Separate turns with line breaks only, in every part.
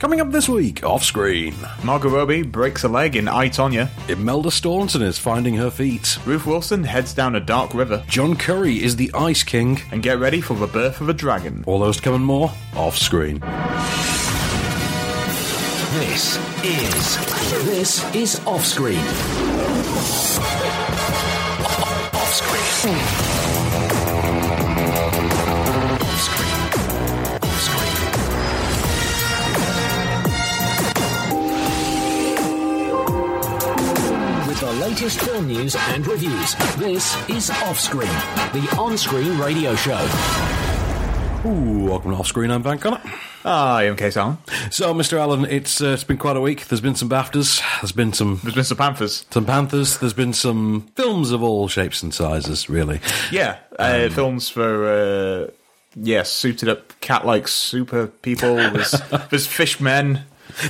Coming up this week, off screen,
Margot Robbie breaks a leg in I, Tonya.
Imelda Staunton is finding her feet.
Ruth Wilson heads down a dark river.
John Curry is the Ice King.
And get ready for the birth of a dragon.
All those to come and more, off screen.
This is this is off screen. Off screen. Off screen. Off screen. With the latest film news and reviews, this is off screen, the on-screen radio show.
Ooh, welcome to off screen. I'm Van Connor.
Ah, I'm Case Allen.
So, Mr. Allen, it's uh, it's been quite a week. There's been some Baftas. There's been some
There's been some Panthers.
some Panthers. There's been some films of all shapes and sizes, really.
Yeah, uh,
Um,
films for uh, yeah, suited up cat-like super people. There's, there's fish men,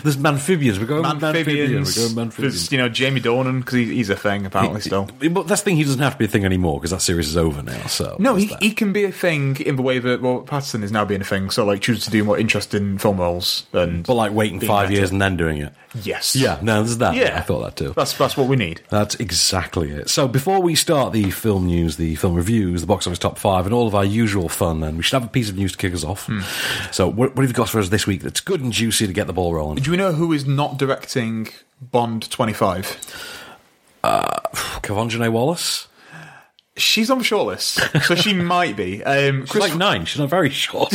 There's Manphibians. We're going with
amphibians.
Manphibians. We're going
There's
Manphibians.
you know Jamie Dornan because he, he's a thing apparently still.
But that's the thing. He doesn't have to be a thing anymore because that series is over now. So
No,
there's
he,
that.
he can be a thing in the way that Robert Patterson is now being a thing. So like chooses to do more interesting film roles and
but like waiting
being
five
better.
years and then doing it.
yes,
Yeah, no, there's that.
yeah.
I thought that too.
That's that's what we need.
That's exactly it. So before we start the film news, the film reviews, the box office top five, and all of our usual fun, then we should have a piece of news to kick us off.
Hmm.
So what, what have you got for us this week that's good and juicy to get the ball rolling?
Do we know who is not directing Bond 25?
Kavanjane Wallace?
She's on the shortlist, so she might be. Um,
She's
Chris,
like nine. She's not very short.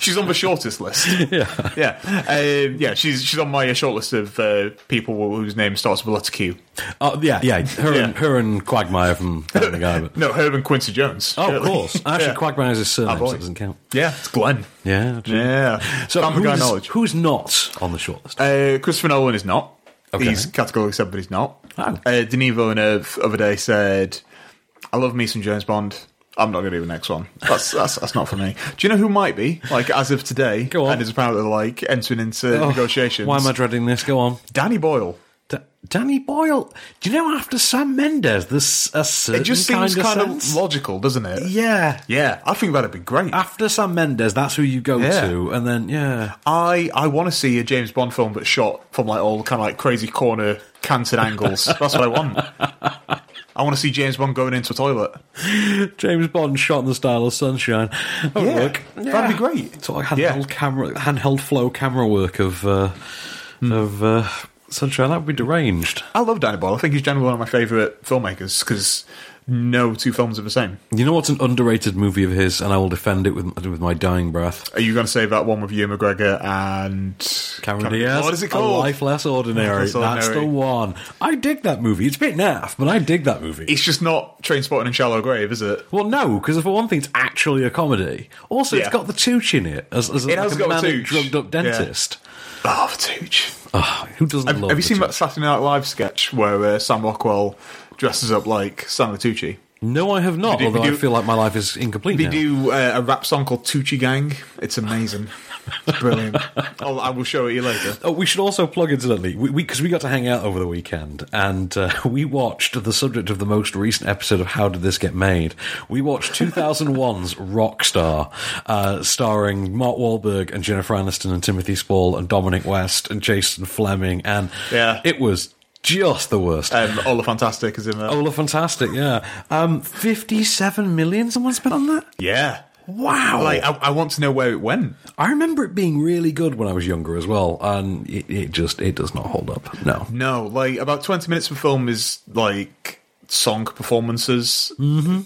she's on the shortest list. Yeah, yeah, um, yeah. She's she's on my shortlist of uh, people whose name starts with a letter Q.
oh, yeah, yeah. Her,
Yeah.
And, her and Quagmire from Family Guy. But,
No, her and Quincy Jones.
oh, of
surely.
course. Actually,
yeah. Ah,
Quagmire's his surname,
boy.
so it doesn't count.
yeah, it's Glenn.
Yeah. true.
Yeah,
So
Family Guy
who's,
knowledge.
who's not on the shortlist?
Uh, Christopher Nolan is not.
Okay.
He's categorically said, but he's not.
Oh.
Uh, Denis Villeneuve other day said, "I love me some James Bond. I'm not going to do the next one. That's that's that's not for me." Do you know who might be? Like as of today,
Go on.
and is apparently like entering into
Oh,
negotiations.
Why am I dreading this? Go on.
Danny Boyle.
D- Danny Boyle. Do you know after Sam Mendes, there's a certain
It just seems
kind of,
kind
sense?
of logical, doesn't it?
yeah. Ah.
Yeah, I think that'd be great.
After Sam Mendes, that's who you go
Yeah.
to, and then yeah,
I, I want to see a James Bond film, but shot from like all kind of like crazy corner canted angles. That's what I want. I want to see James Bond going into a toilet.
James Bond shot in the style of Sunshine. That would
Yeah,
work.
that'd be great.
Sort of handheld
Yeah.
camera, handheld flow camera work of uh,
Hmm.
of uh, Sunshine. That would be deranged.
I love Danny Boyle. I think he's generally one of my favourite filmmakers because no two films are the same.
You know what's an underrated movie of his, and I will defend it with with my dying breath.
Are you going to say that one with Ewan McGregor and
Cameron
Cam-
Diaz.
What is it
A
called?
Life Less Ordinary.
Life Less
That's the
Ordinary.
one. I dig that movie. It's a bit naff, but I dig that movie.
It's just not Train Spotting and Shallow Grave, is it?
Well, no, because for one thing, it's actually a comedy. Also, it's
Yeah.
got the tooch in it as, as like a
has got a
manic,
Tooch.
drugged-up
Yeah.
dentist.
Oh, the Tooch.
Ah, who doesn't
Have,
love?
have you
the
seen
Tooch?
that Saturday Night Live sketch where uh, Sam Rockwell dresses up like Sam Tucci?
No, I have not.
They do- they
although I
do-
feel like my life is incomplete.
They
now.
do uh, a rap song called Tucci Gang. It's amazing. it's brilliant. I'll, I will show it you later.
Oh, we should also plug incidentally, because we, because we got to hang out over the weekend and uh, we watched the subject of the most recent episode of How Did This Get Made. We watched 2001's Rockstar, uh, starring Mark Wahlberg and Jennifer Aniston and Timothy Spall and Dominic West and Jason Fleming, and
Yeah.
it was just the worst.
Um, All the Fantastic is in there.
Ola Oh, Fantastic, yeah. Um, 57 million someone spent on that?
Yeah.
Wow.
Like, I, I want to know where it went.
I remember it being really good when I was younger as well, and it, it just, it does not hold up. No.
No, like about twenty minutes of film is like song performances. Mm-hmm.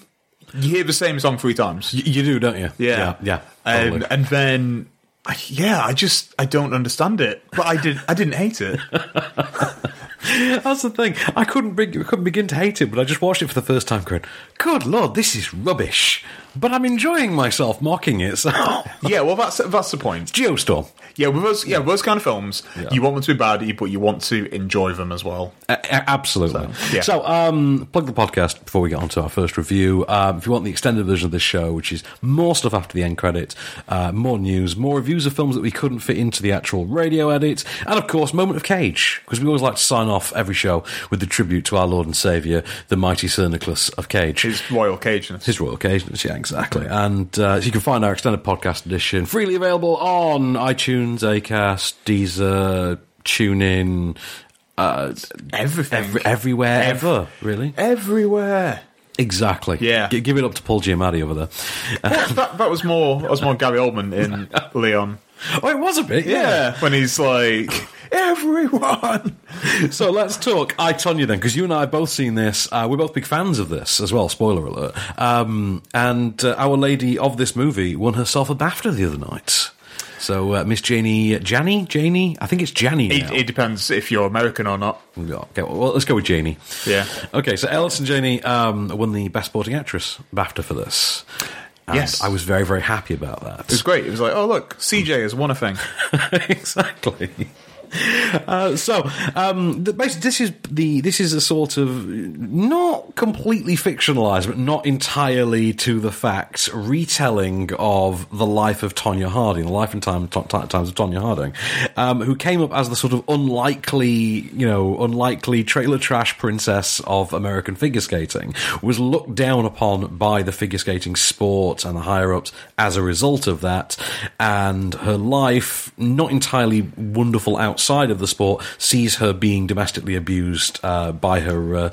You hear the same song three times.
Y- You do, don't you?
Yeah,
yeah.
Um,
totally.
and then, I- yeah, I just I don't understand it, but I did I didn't hate it.
That's the thing. I couldn't be, couldn't begin to hate it, but I just watched it for the first time, going, "Good lord, this is rubbish." But I'm enjoying myself mocking it. So,
yeah, well that's that's the point.
Geostorm.
Yeah, with those yeah with those kind of films, you want them to be bad, but you want to enjoy them as well.
A- a- absolutely. So,
yeah.
um, plug the podcast before we get on to our first review. Um, if you want the extended version of this show, which is more stuff after the end credits, uh, more news, more reviews of films that we couldn't fit into the actual radio edit, and of course, Moment of Cage, because we always like to sign off every show with the tribute to our Lord and Saviour, the mighty Sir Nicholas of Cage.
His royal cageness.
His Royal Occasions, yeah, exactly. And uh, so you can find our extended podcast edition freely available on iTunes, Acast, Deezer, TuneIn, uh,
Everything.
every, everywhere
Ev-
ever. Really?
Everywhere.
Exactly.
Yeah.
G- give it up to Paul Giamatti over there. Uh,
that, that was more that was more Gary Oldman in Leon.
Oh, it was a bit, yeah.
When he's like everyone.
So let's talk I Tonya then, because you and I have both seen this. Uh, we're both big fans of this as well. Spoiler alert! Um, and uh, our lady of this movie won herself a BAFTA the other night. So uh, Miss Janie, Janie, Janie, I think it's Janie.
It,
now.
it depends if you're American or not.
Yeah, Okay, well, let's go with Janie.
Yeah.
Okay, so Ellison Janie um, won the Best Supporting Actress BAFTA for this. And
Yes.
I was very, very happy about that.
It was great. It was like, oh look, CJ has won a thing.
exactly. Uh, so, um, the, basically, this is the this is a sort of not completely fictionalized, but not entirely to the facts retelling of the life of Tonya Harding, the life and time to, ti- times of Tonya Harding, um, who came up as the sort of unlikely, you know, unlikely trailer trash princess of American figure skating, was looked down upon by the figure skating sport and the higher ups as a result of that, and her life, not entirely wonderful outside of the sport, sees her being domestically abused uh, by her uh,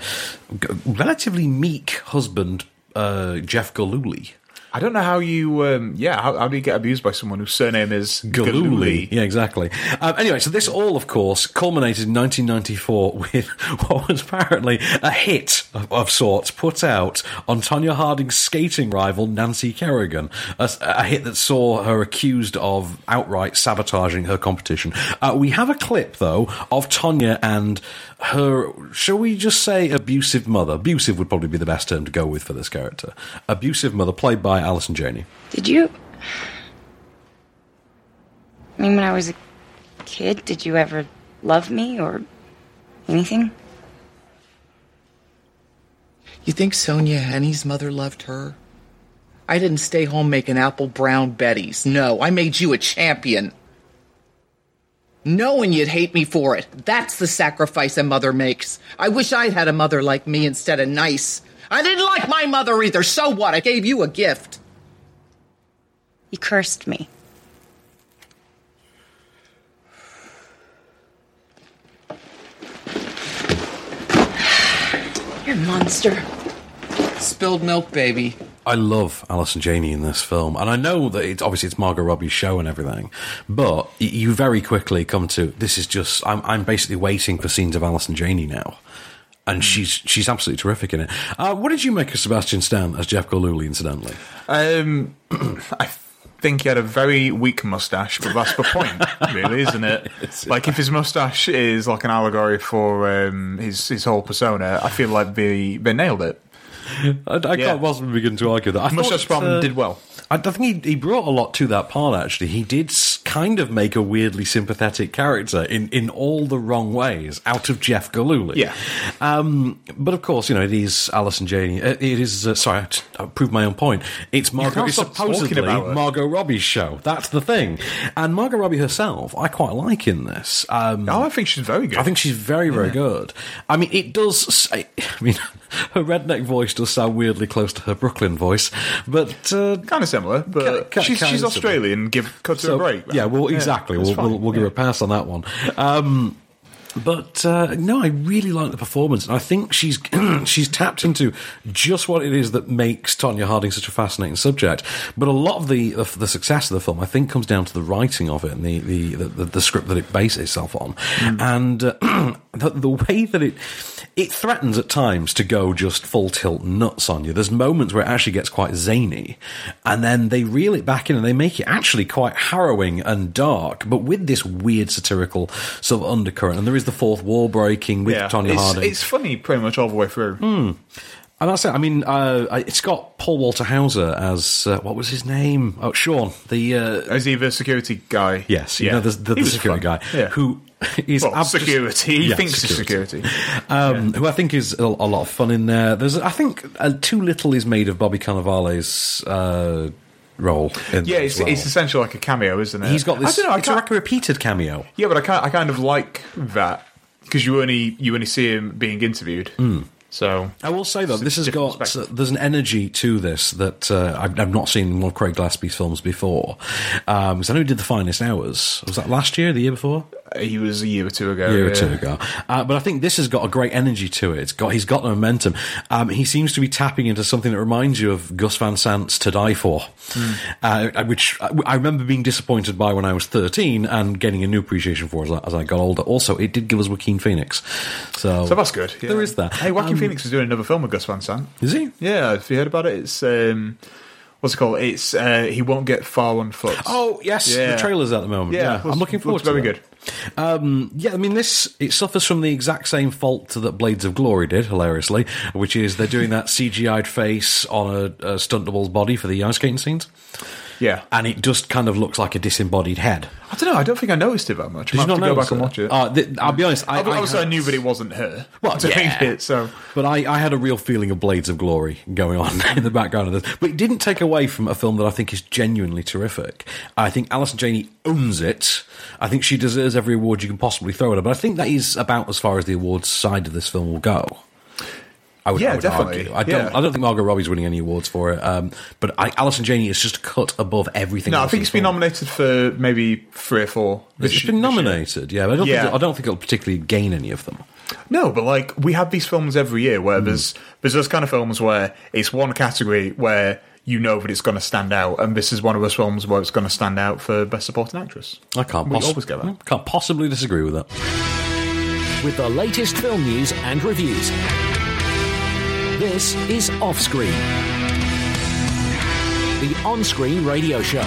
g- relatively meek husband, uh, Jeff Galooly.
I don't know how you, um, yeah, how, how do you get abused by someone whose surname is
Galooly.
Galuli?
Yeah, exactly. Um, anyway, so this all, of course, culminated in 1994 with what was apparently a hit of, of sorts put out on Tonya Harding's skating rival, Nancy Kerrigan. A, s- a hit that saw her accused of outright sabotaging her competition. Uh, we have a clip, though, of Tonya and her, shall we just say, abusive mother. Abusive would probably be the best term to go with for this character. Abusive mother, played by Alison Janney.
Did you? I mean, when I was a kid, did you ever love me or anything?
You think Sonia Henny's mother loved her? I didn't stay home making apple brown betties. No, I made you a champion. Knowing you'd hate me for it. That's the sacrifice a mother makes. I wish I'd had a mother like me instead of nice. I didn't like my mother either, so what? I gave you a gift.
You cursed me. You're a monster.
Spilled milk, baby.
I love Alison Janney in this film, and I know that it's obviously it's Margot Robbie's show and everything, but y- you very quickly come to this is just I'm I'm basically waiting for scenes of Alison Janney now,
Hmm.
and she's she's absolutely terrific in it. Uh, what did you make of Sebastian Stan as Jeff Galooly? Incidentally,
Um, I think he had a very weak mustache, but that's the point, really, isn't it? Like, if his mustache is like an allegory for um, his his whole persona, I feel like they they nailed it.
I, I
Yeah.
can't possibly begin to argue that. I
Mustache
thought,
Brown
uh,
did well.
I, I think he, he brought a lot to that part. Actually, he did s- kind of make a weirdly sympathetic character in in all the wrong ways out of Jeff Galooly.
Yeah.
Um, but of course, you know it is Alison Janney. uh, It is uh, sorry, I t- I proved my own point. It's Margot.
can't
It's
stop talking
supposedly
about it.
Margot Robbie's show. That's the thing. And Margot Robbie herself, I quite like in this. Um,
Oh, I think she's very good.
I think she's very, very good. I mean, it does. s- I I mean, her redneck voice does sound weirdly close to her Brooklyn voice, but uh,
kind of similar, but
Ki- ki-
she's,
kind
she's
of similar.
Australian. Give cut to
so-
a break. man.
Yeah, well, exactly.
it's
we'll, we'll,
fine.
we'll give her a pass on that one. Um, but uh, no, I really like the performance, and I think she's she's tapped into just what it is that makes Tonya Harding such a fascinating subject. But a lot of the of the success of the film, I think, comes down to the writing of it and the the, the, the, the script that it bases itself on,
Mm.
and uh, the, the way that it it threatens at times to go just full tilt nuts on you. There's moments where it actually gets quite zany, and then they reel it back in and they make it actually quite harrowing and dark, but with this weird satirical sort of undercurrent. And there is the fourth wall breaking with
Yeah.
Tonya
it's,
Harding. Hmm.
It's funny pretty much all the way through.
And that's it. I mean, uh, I- it's got Paul Walter Hauser as uh, what was his name? Oh, Sean. The uh,
Is he the security guy?
yes, you know, the, the,
He
the
was
security
fun.
guy
Yeah.
who is
Well,
abs-
security. He
Yeah,
thinks it's security.
um, who I think is a, a lot of fun in there. There's, I think, uh, too little is made of Bobby Cannavale's uh, role. In
Yeah,
there
it's,
as well.
it's essentially like a cameo, isn't it?
he's got this.
I don't know. I
it's a,
can't-
like a repeated cameo. Hmm.
Yeah, but I kind I kind of like that because you only you only see him being interviewed. So
I will say though,
It's a
this has
different
got
perspective.
there's an energy to this that uh, I've, I've not seen in one of Craig Gillespie's films before. Um, 'cause I know he did The Finest Hours. Was that last year? The year before?
uh, he was a year or two ago.
year or
yeah.
two ago. Uh, but I think this has got a great energy to it. It's got he's got momentum. Um, he seems to be tapping into something that reminds you of Gus Van Sant's "To Die For,"
Hmm.
uh, which I I remember being disappointed by when I was thirteen and getting a new appreciation for as I, as I got older. Also, it did give us Joaquin Phoenix, so
So that's good. yeah.
There is that.
Hey, Joaquin
Um,
Phoenix is doing another film with Gus Van Sant.
Is he?
Yeah, have you heard about it? It's um, what's it called? It's uh, he won't get far on foot.
Oh yes,
Yeah.
the trailer's out at the moment. Yeah,
looks-
I'm looking forward
looks
to
very
that.
good.
Yeah, I mean, this it suffers from the exact same fault that Blades of Glory did, hilariously, which is they're doing that CGI'd face on a, a stunt double's body for the ice skating scenes,
Yeah,
and it just kind of looks like a disembodied head.
I don't know. I don't think I noticed it that much.
Did
I
you not
have to go
notice
back and watch it.
Uh, th- I'll be honest, I,
Ob-
I
Obviously, I,
had-
knew, but it wasn't her.
Well,
to
yeah.
think it, so
But I, I had a real feeling of Blades of Glory going on in the background of this. But it didn't take away from a film that I think is genuinely terrific. I think Alison Janey owns it. I think she deserves every award you can possibly throw at her. But I think that is about as far as the awards side of this film will go. I would,
Yeah,
I would
definitely.
argue. I don't.
Yeah.
I don't think Margot Robbie's winning any awards for it. Um, but I, Alison Janey is just cut above everything.
no, I
else
think
in
it's been
film.
nominated for maybe three or four. this
It's
year-
been
this year.
nominated. Yeah, but I don't.
Yeah.
Think, I don't think it'll particularly gain any of them.
No, but like we have these films every year
Hmm.
where there's there's those kind of films where it's one category where you know that it's going to stand out, and this is one of those films where it's going to stand out for best supporting actress.
I can't.
We
possi-
always get that.
Can't possibly disagree with that.
with the latest film news and reviews. This is Offscreen, the on screen radio show.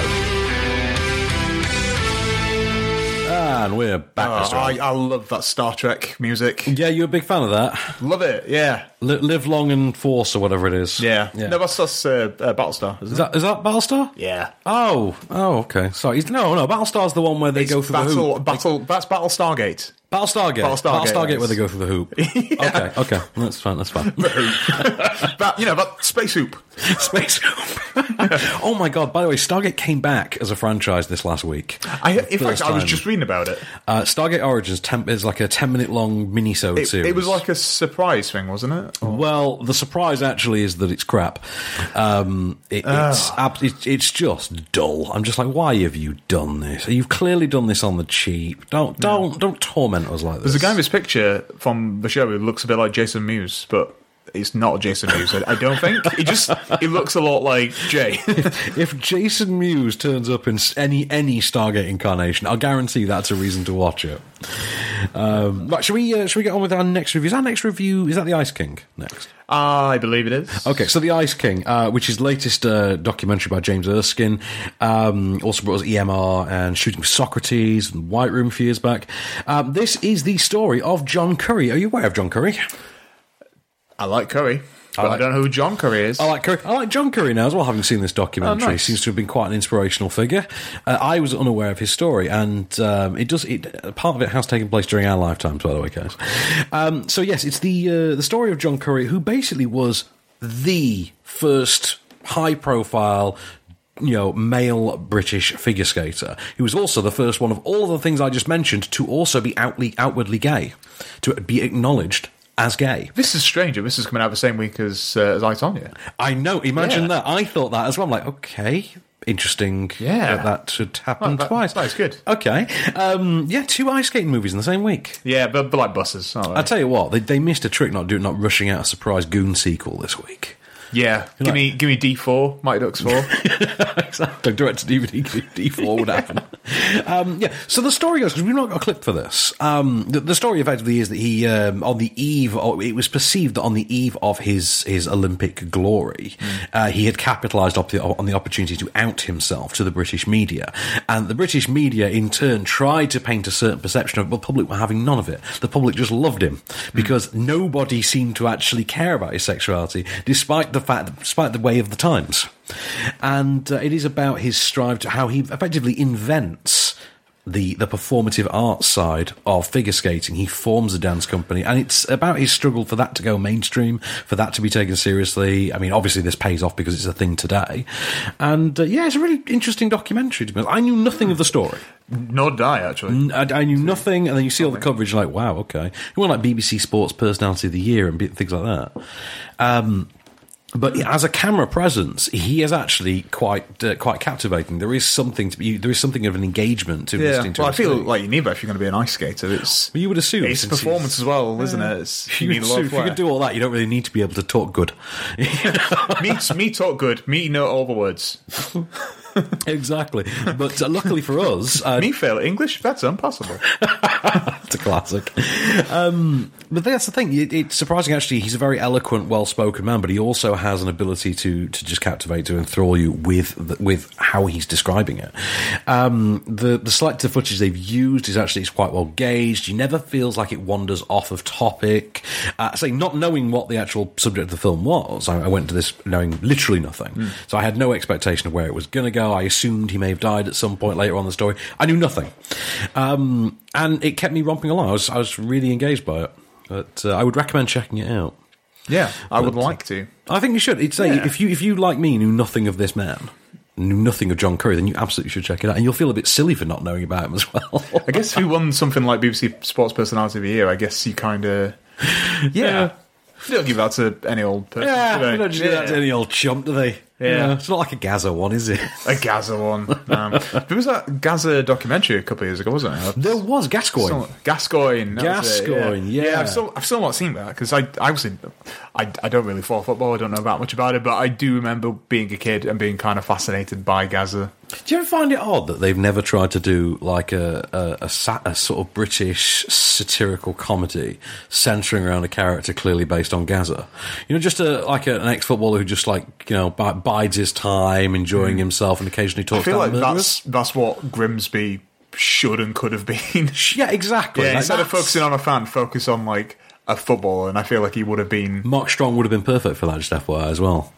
And we're back.
Oh,
Mr.
I, I love that Star Trek music.
Yeah, you're a big fan of that.
Love it. Yeah,
Li- live long and force, or whatever it is.
yeah.
yeah.
No, that's that's uh, uh, Battlestar, isn't
is that is that Battlestar?
it? Yeah.
Oh, oh, okay. Sorry, It's- no, no. Battlestar's the one where they
It's
go through the
battle,
hoop.
battle. That's Battle Stargate.
Battlestar Gate.
Battlestar Gate,
Gate, where
yes.
they go through the hoop. Okay, okay, that's fine. That's fine.
That you know that space hoop.
Space hoop. oh my god! By the way, Stargate came back as a franchise this last week.
I, in fact,
First
I was
time.
just reading about it.
Uh, Stargate Origins temp- is like a ten-minute-long mini-sode
It,
series.
it was like a surprise thing, wasn't it?
Well, the surprise actually is that it's crap. Um, it,
Ah.
it's, ab- it, it's just dull. I'm just like, why have you done this? You've clearly done this on the cheap. Don't don't don't torment us like this.
There's a guy in this picture from the show who looks a bit like Jason Mewes, but it's not Jason Mewes. I I don't think. He just he looks a lot like Jay.
if Jason Mewes turns up in s- any any Stargate incarnation, I'll guarantee that's a reason to watch it. Um, right, should we uh, should we get on with our next review? Is our next review is that the Ice King next?
Ah, I believe it is.
Okay, so The Ice King, uh, which is latest uh, documentary by James Erskine, um, also brought us EMR and Shooting for Socrates and White Room a few years back. Um, this is the story of John Curry. Are you aware of John Curry?
I like Curry, but I,
like-
don't know who John Curry is.
I like Curry. I like John Curry now as well, having seen this documentary.
Oh, nice.
Seems to have been quite an inspirational figure. Uh, I was unaware of his story, and um, it does. It, part of it has taken place during our lifetimes, by the way, guys. Um, so yes, it's the uh, the story of John Curry, who basically was the first high profile. You know, male British figure skater. He was also the first one of all the things I just mentioned to also be outly, outwardly gay, to be acknowledged as gay.
this is stranger. This is coming out the same week as uh, as I Tonya.
I know. Imagine
Yeah.
that. I thought that as well. I'm like, okay, interesting.
Yeah.
that, that should happen
Well, that-
twice.
that's good.
Okay. Um, yeah, two ice skating movies in the same week.
Yeah, but, but like buses. aren't
I
they?
tell you what, they, they missed a trick not doing not rushing out a surprise Goon sequel this week.
yeah, give
like-
me give me D four Mighty Ducks four.
Exactly. Direct to DVD, D4 would happen. um, yeah. So the story goes because we've not got a clip for this. Um, the, the story effectively is that he um, on the eve, or it was perceived that on the eve of his his Olympic glory, uh, he had capitalised op- on the opportunity to out himself to the British media, and the British media in turn tried to paint a certain perception of but the public were having none of it. The public just loved him because nobody seemed to actually care about his sexuality, despite the fact, despite the way of the times. And uh, it is about his strive to how he effectively invents the the performative art side of figure skating. He forms a dance company, and it's about his struggle for that to go mainstream, for that to be taken seriously. I mean, obviously this pays off because it's a thing today, and uh, yeah, it's a really interesting documentary. To be honest. I knew nothing of the story.
Nor did I, actually.
I, I knew nothing, and then you see all the coverage, you're like, wow, okay. It won like BBC Sports Personality of the Year and bit- things like that. Um, but as a camera presence, he is actually quite uh, quite captivating. There is something to be, there is something of an engagement to
Yeah.
listening to.
Well, I
him
feel
speak.
like you need that if you're going to be an ice skater. It's
Well, you would assume
it's
since
performance
he's-
as well, isn't it? It's,
You would
need a lot
assume
of
if you
flair.
could do all that, you don't really need to be able to talk good.
me, me talk good. Me know all the words.
exactly. But uh, luckily for us, uh,
Me fail at English? That's impossible.
It's a classic. Um, but that's the thing. It, it's surprising, actually. He's a very eloquent, well-spoken man, but he also has an ability to to just captivate, to enthrall you with the, with how he's describing it. Um, the the selected footage they've used is actually it's quite well gauged. He never feels like it wanders off of topic. Uh, say, not knowing what the actual subject of the film was, I, I went to this knowing literally nothing. So I had no expectation of where it was going to go. I assumed he may have died at some point later on in the story. I knew nothing. Um, and it kept me romping along. I was, I was really engaged by it. But uh, I would recommend checking it out.
yeah, I would like to.
I think you should. It's a, if you if you like me knew nothing of this man, knew nothing of John Curry, then you absolutely should check it out, and you'll feel a bit silly for not knowing about him as well.
I guess if we won something like BBC Sports Personality of the Year, I guess you kind of. Yeah. You don't give that to any old person.
yeah,
do they?
they don't just do that to any old chump, do they?
Yeah.
No, it's not like a Gaza one, is it?
A Gaza one. Um, there was that Gaza documentary a couple of years ago, wasn't there?
There was Gascoigne.
Some- Gascoigne. that was it,
Gascoigne, yeah.
I've still, I've still not seen that because I, I was in, I, I don't really follow football. I don't know that much about it, but I do remember being a kid and being kind of fascinated by Gaza.
Do you ever find it odd that they've never tried to do like a a, a, sa- a sort of British satirical comedy centering around a character clearly based on Gaza? You know, just a like a, an ex footballer who just like you know bi- bides his time, enjoying himself, and occasionally
Mm-hmm. I
talks
feel
about
like
murderers.
that's that's what Grimsby should and could have been.
yeah, exactly.
yeah,
Like,
instead of
that's-
focusing on a fan, focus on like a footballer, and I feel like he would have been
Mark Strong would have been perfect for that, just FYI as well.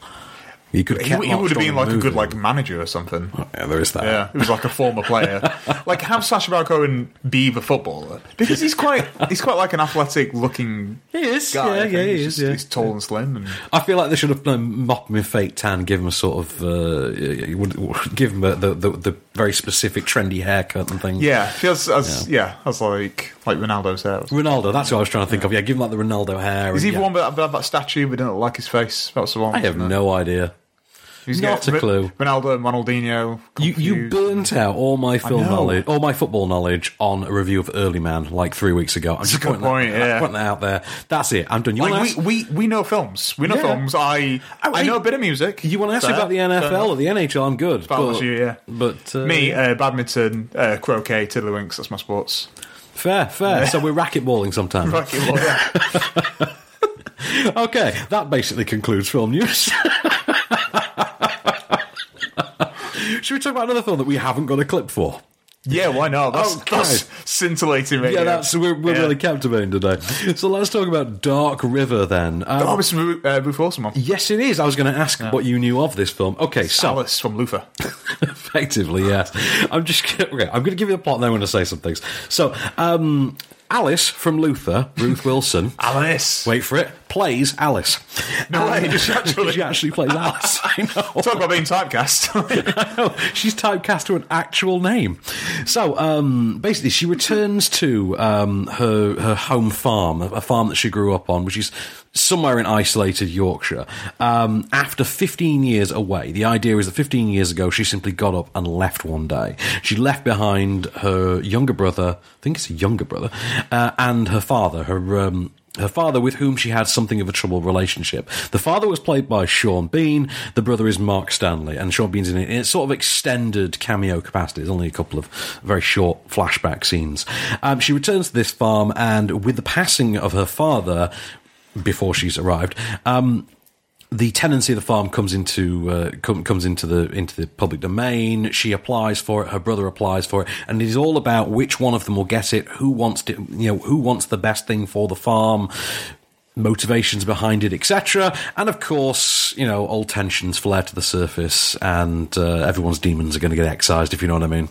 You could.
he, he would have been like a good like manager or something.
Yeah, there is that.
Yeah, he was like a former player. like have Sacha Baron Cohen be the footballer because he's quite he's quite like an athletic looking
He is,
guy. I
yeah,
think.
yeah, he
he's
is,
just-
yeah.
He's tall and slim and
I feel like they should have um, mopped him in fake tan, give him a sort of, uh, you would- give him a, the, the the very specific trendy haircut and things.
yeah, feels as yeah, as like like Ronaldo's hair.
Ronaldo. That's what I was trying to think of. Yeah, give him like the Ronaldo hair.
Is
and,
he
yeah.
the one that that, that statue but didn't look like his face? That's the one.
I have no idea. not a clue.
Ronaldo and Ronaldinho.
You you
confused.
burnt out all my film
know.
knowledge, all my football knowledge on a review of Early Man like three weeks ago. I'm just
a good
pointing,
point,
that,
yeah.
pointing that out there. That's it. I'm done. You want
Like
to
we, we, we know films. We know
Yeah.
films. I
Oh,
I know
hey,
a bit of music.
you want to ask me
Fair.
about the
Fair
NFL
enough.
or the NHL? I'm good.
Fine,
but,
that's you, yeah.
But uh,
Me, uh, badminton, uh, croquet, tiddlywinks. That's my sports.
fair, fair. So we're racquetballing sometimes.
Fuck you, well, yeah.
Okay, that basically concludes film news. Should we talk about another film that we haven't got a clip for?
Yeah, why not? That's,
Okay.
that's scintillating.
Oh, Yeah,
Radio.
that's we're, we're
Yeah.
really captivating today. So let's talk about Dark River then. Um,
Oh, it's Ru- uh, Ruth Wilson one.
yes, it is. I was going to ask what you knew of this film. Okay, so
Alice from Luther.
effectively, yes. I'm just gonna- okay. I'm going to give you the plot, and then I'm going to say some things. So, um, Alice from Luther, Ruth Wilson.
Alice.
Wait for it. Plays Alice.
No way,
Um,
just actually-
she actually plays Alice. I know.
Talk about being typecast.
No, she's typecast to an actual name. So um, basically, she returns to um, her her home farm, a- a farm that she grew up on, which is somewhere in isolated Yorkshire. Um, after 15 years away, the idea is that 15 years ago she simply got up and left one day. She left behind her younger brother, I think it's a younger brother, uh, and her father, her. Um, her father, with whom she had something of a troubled relationship. The father was played by Sean Bean. The brother is Mark Stanley, and Sean Bean's in it in its sort of extended cameo capacity. There's only a couple of very short flashback scenes. Um, she returns to this farm, and with the passing of her father, before she's arrived, um, the tenancy of the farm comes into uh, com- comes into the into the public domain. She applies for it. Her brother applies for it, and it is all about which one of them will get it. Who wants to, you know, who wants the best thing for the farm. motivations behind it, etc. And of course, you know, old tensions flare to the surface, and uh, everyone's demons are going to get excised, if you know what I mean.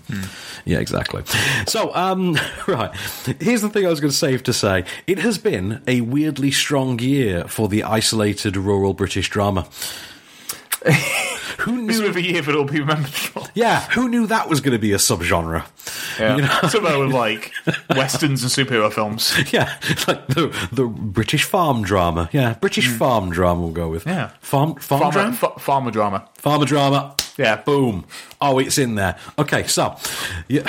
Yeah, exactly. So, um, right, here's the thing I was going to save to say: it has been a weirdly strong year for the isolated rural British drama. Who
It's
knew?
another year, but it'll be remembered. for-
Yeah, who knew that was going to be a subgenre?
Yeah.
You know?
Something with like westerns and superhero films.
Yeah, like the the British farm drama. Yeah, British farm drama. We'll go with
Yeah.
farm Hmm. farm
Farmer,
drama.
fa- farmer drama.
Farmer drama.
Yeah.
boom. Oh, it's in there. Okay, so yeah,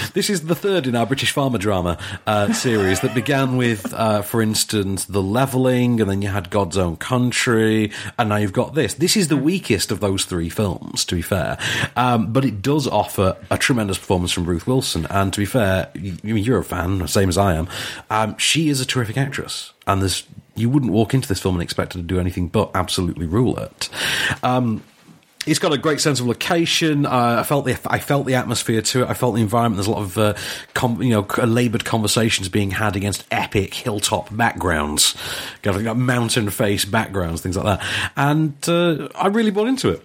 this is the third in our British farmer drama uh, series that began with, uh, for instance, The Leveling, and then you had God's Own Country, and now you've got this. This is the weakest of those three films, to be fair, um, but it does offer a tremendous performance from Ruth Wilson. And to be fair, you, I mean, you're a fan, same as I am. Um, she is a terrific actress, and there's. You wouldn't walk into this film and expect her to do anything but absolutely rule it. Um, it's got a great sense of location. Uh, I felt the I felt the atmosphere to it. I felt the environment. There's a lot of uh, com- you know c- laboured conversations being had against epic hilltop backgrounds, kind of like mountain face backgrounds, things like that. And uh, I really bought into it.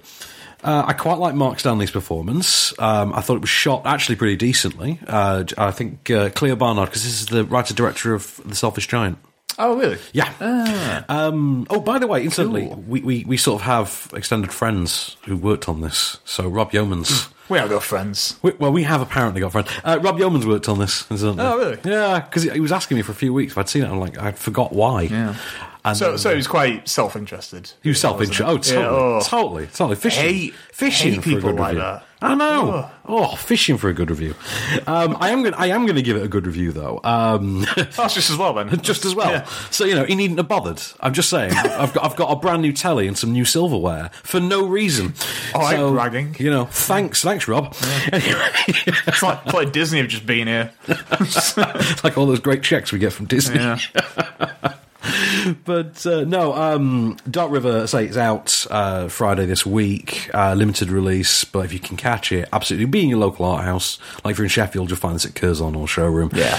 Uh, I quite like Mark Stanley's performance. Um, I thought it was shot actually pretty decently. Uh, I think uh, Cleo Barnard, because this is the writer director of The Selfish Giant.
Oh, really?
Yeah. Um, oh, by the way, incidentally, we, we, we sort of have extended friends who worked on this. So Rob Yeomans.
We are good friends.
we, well, we have apparently got friends. Uh, Rob Yeomans worked on this, incidentally.
Oh, really?
Yeah, because he was asking me for a few weeks if I'd seen it. I'm like, I forgot why. Yeah. And um,
So, so he's quite self-interested.
you self interested. Oh, totally,
Yeah, oh.
totally, totally. Fishing,
Hate-
fishing
hate
for a
people
good
like
review.
that.
I know. Oh. fishing for a good review. Um, I am going. I am going to give it a good review though. Um,
That's just as well then.
just as well.
Yeah.
So you know, he needn't have bothered. I'm just saying, I've got I've got a brand new telly and some new silverware for no reason.
All right,
so,
bragging.
You know, thanks, thanks, Rob. Anyway,
It's like, it's like Disney have just been here.
it's like all those great checks we get from Disney.
Yeah.
But uh, no, um, Dark River, I say it's out uh, Friday this week, uh, limited release. But if you can catch it, absolutely. Be in your local art house. Like if you're in Sheffield, you'll find this at Curzon or showroom.
Yeah,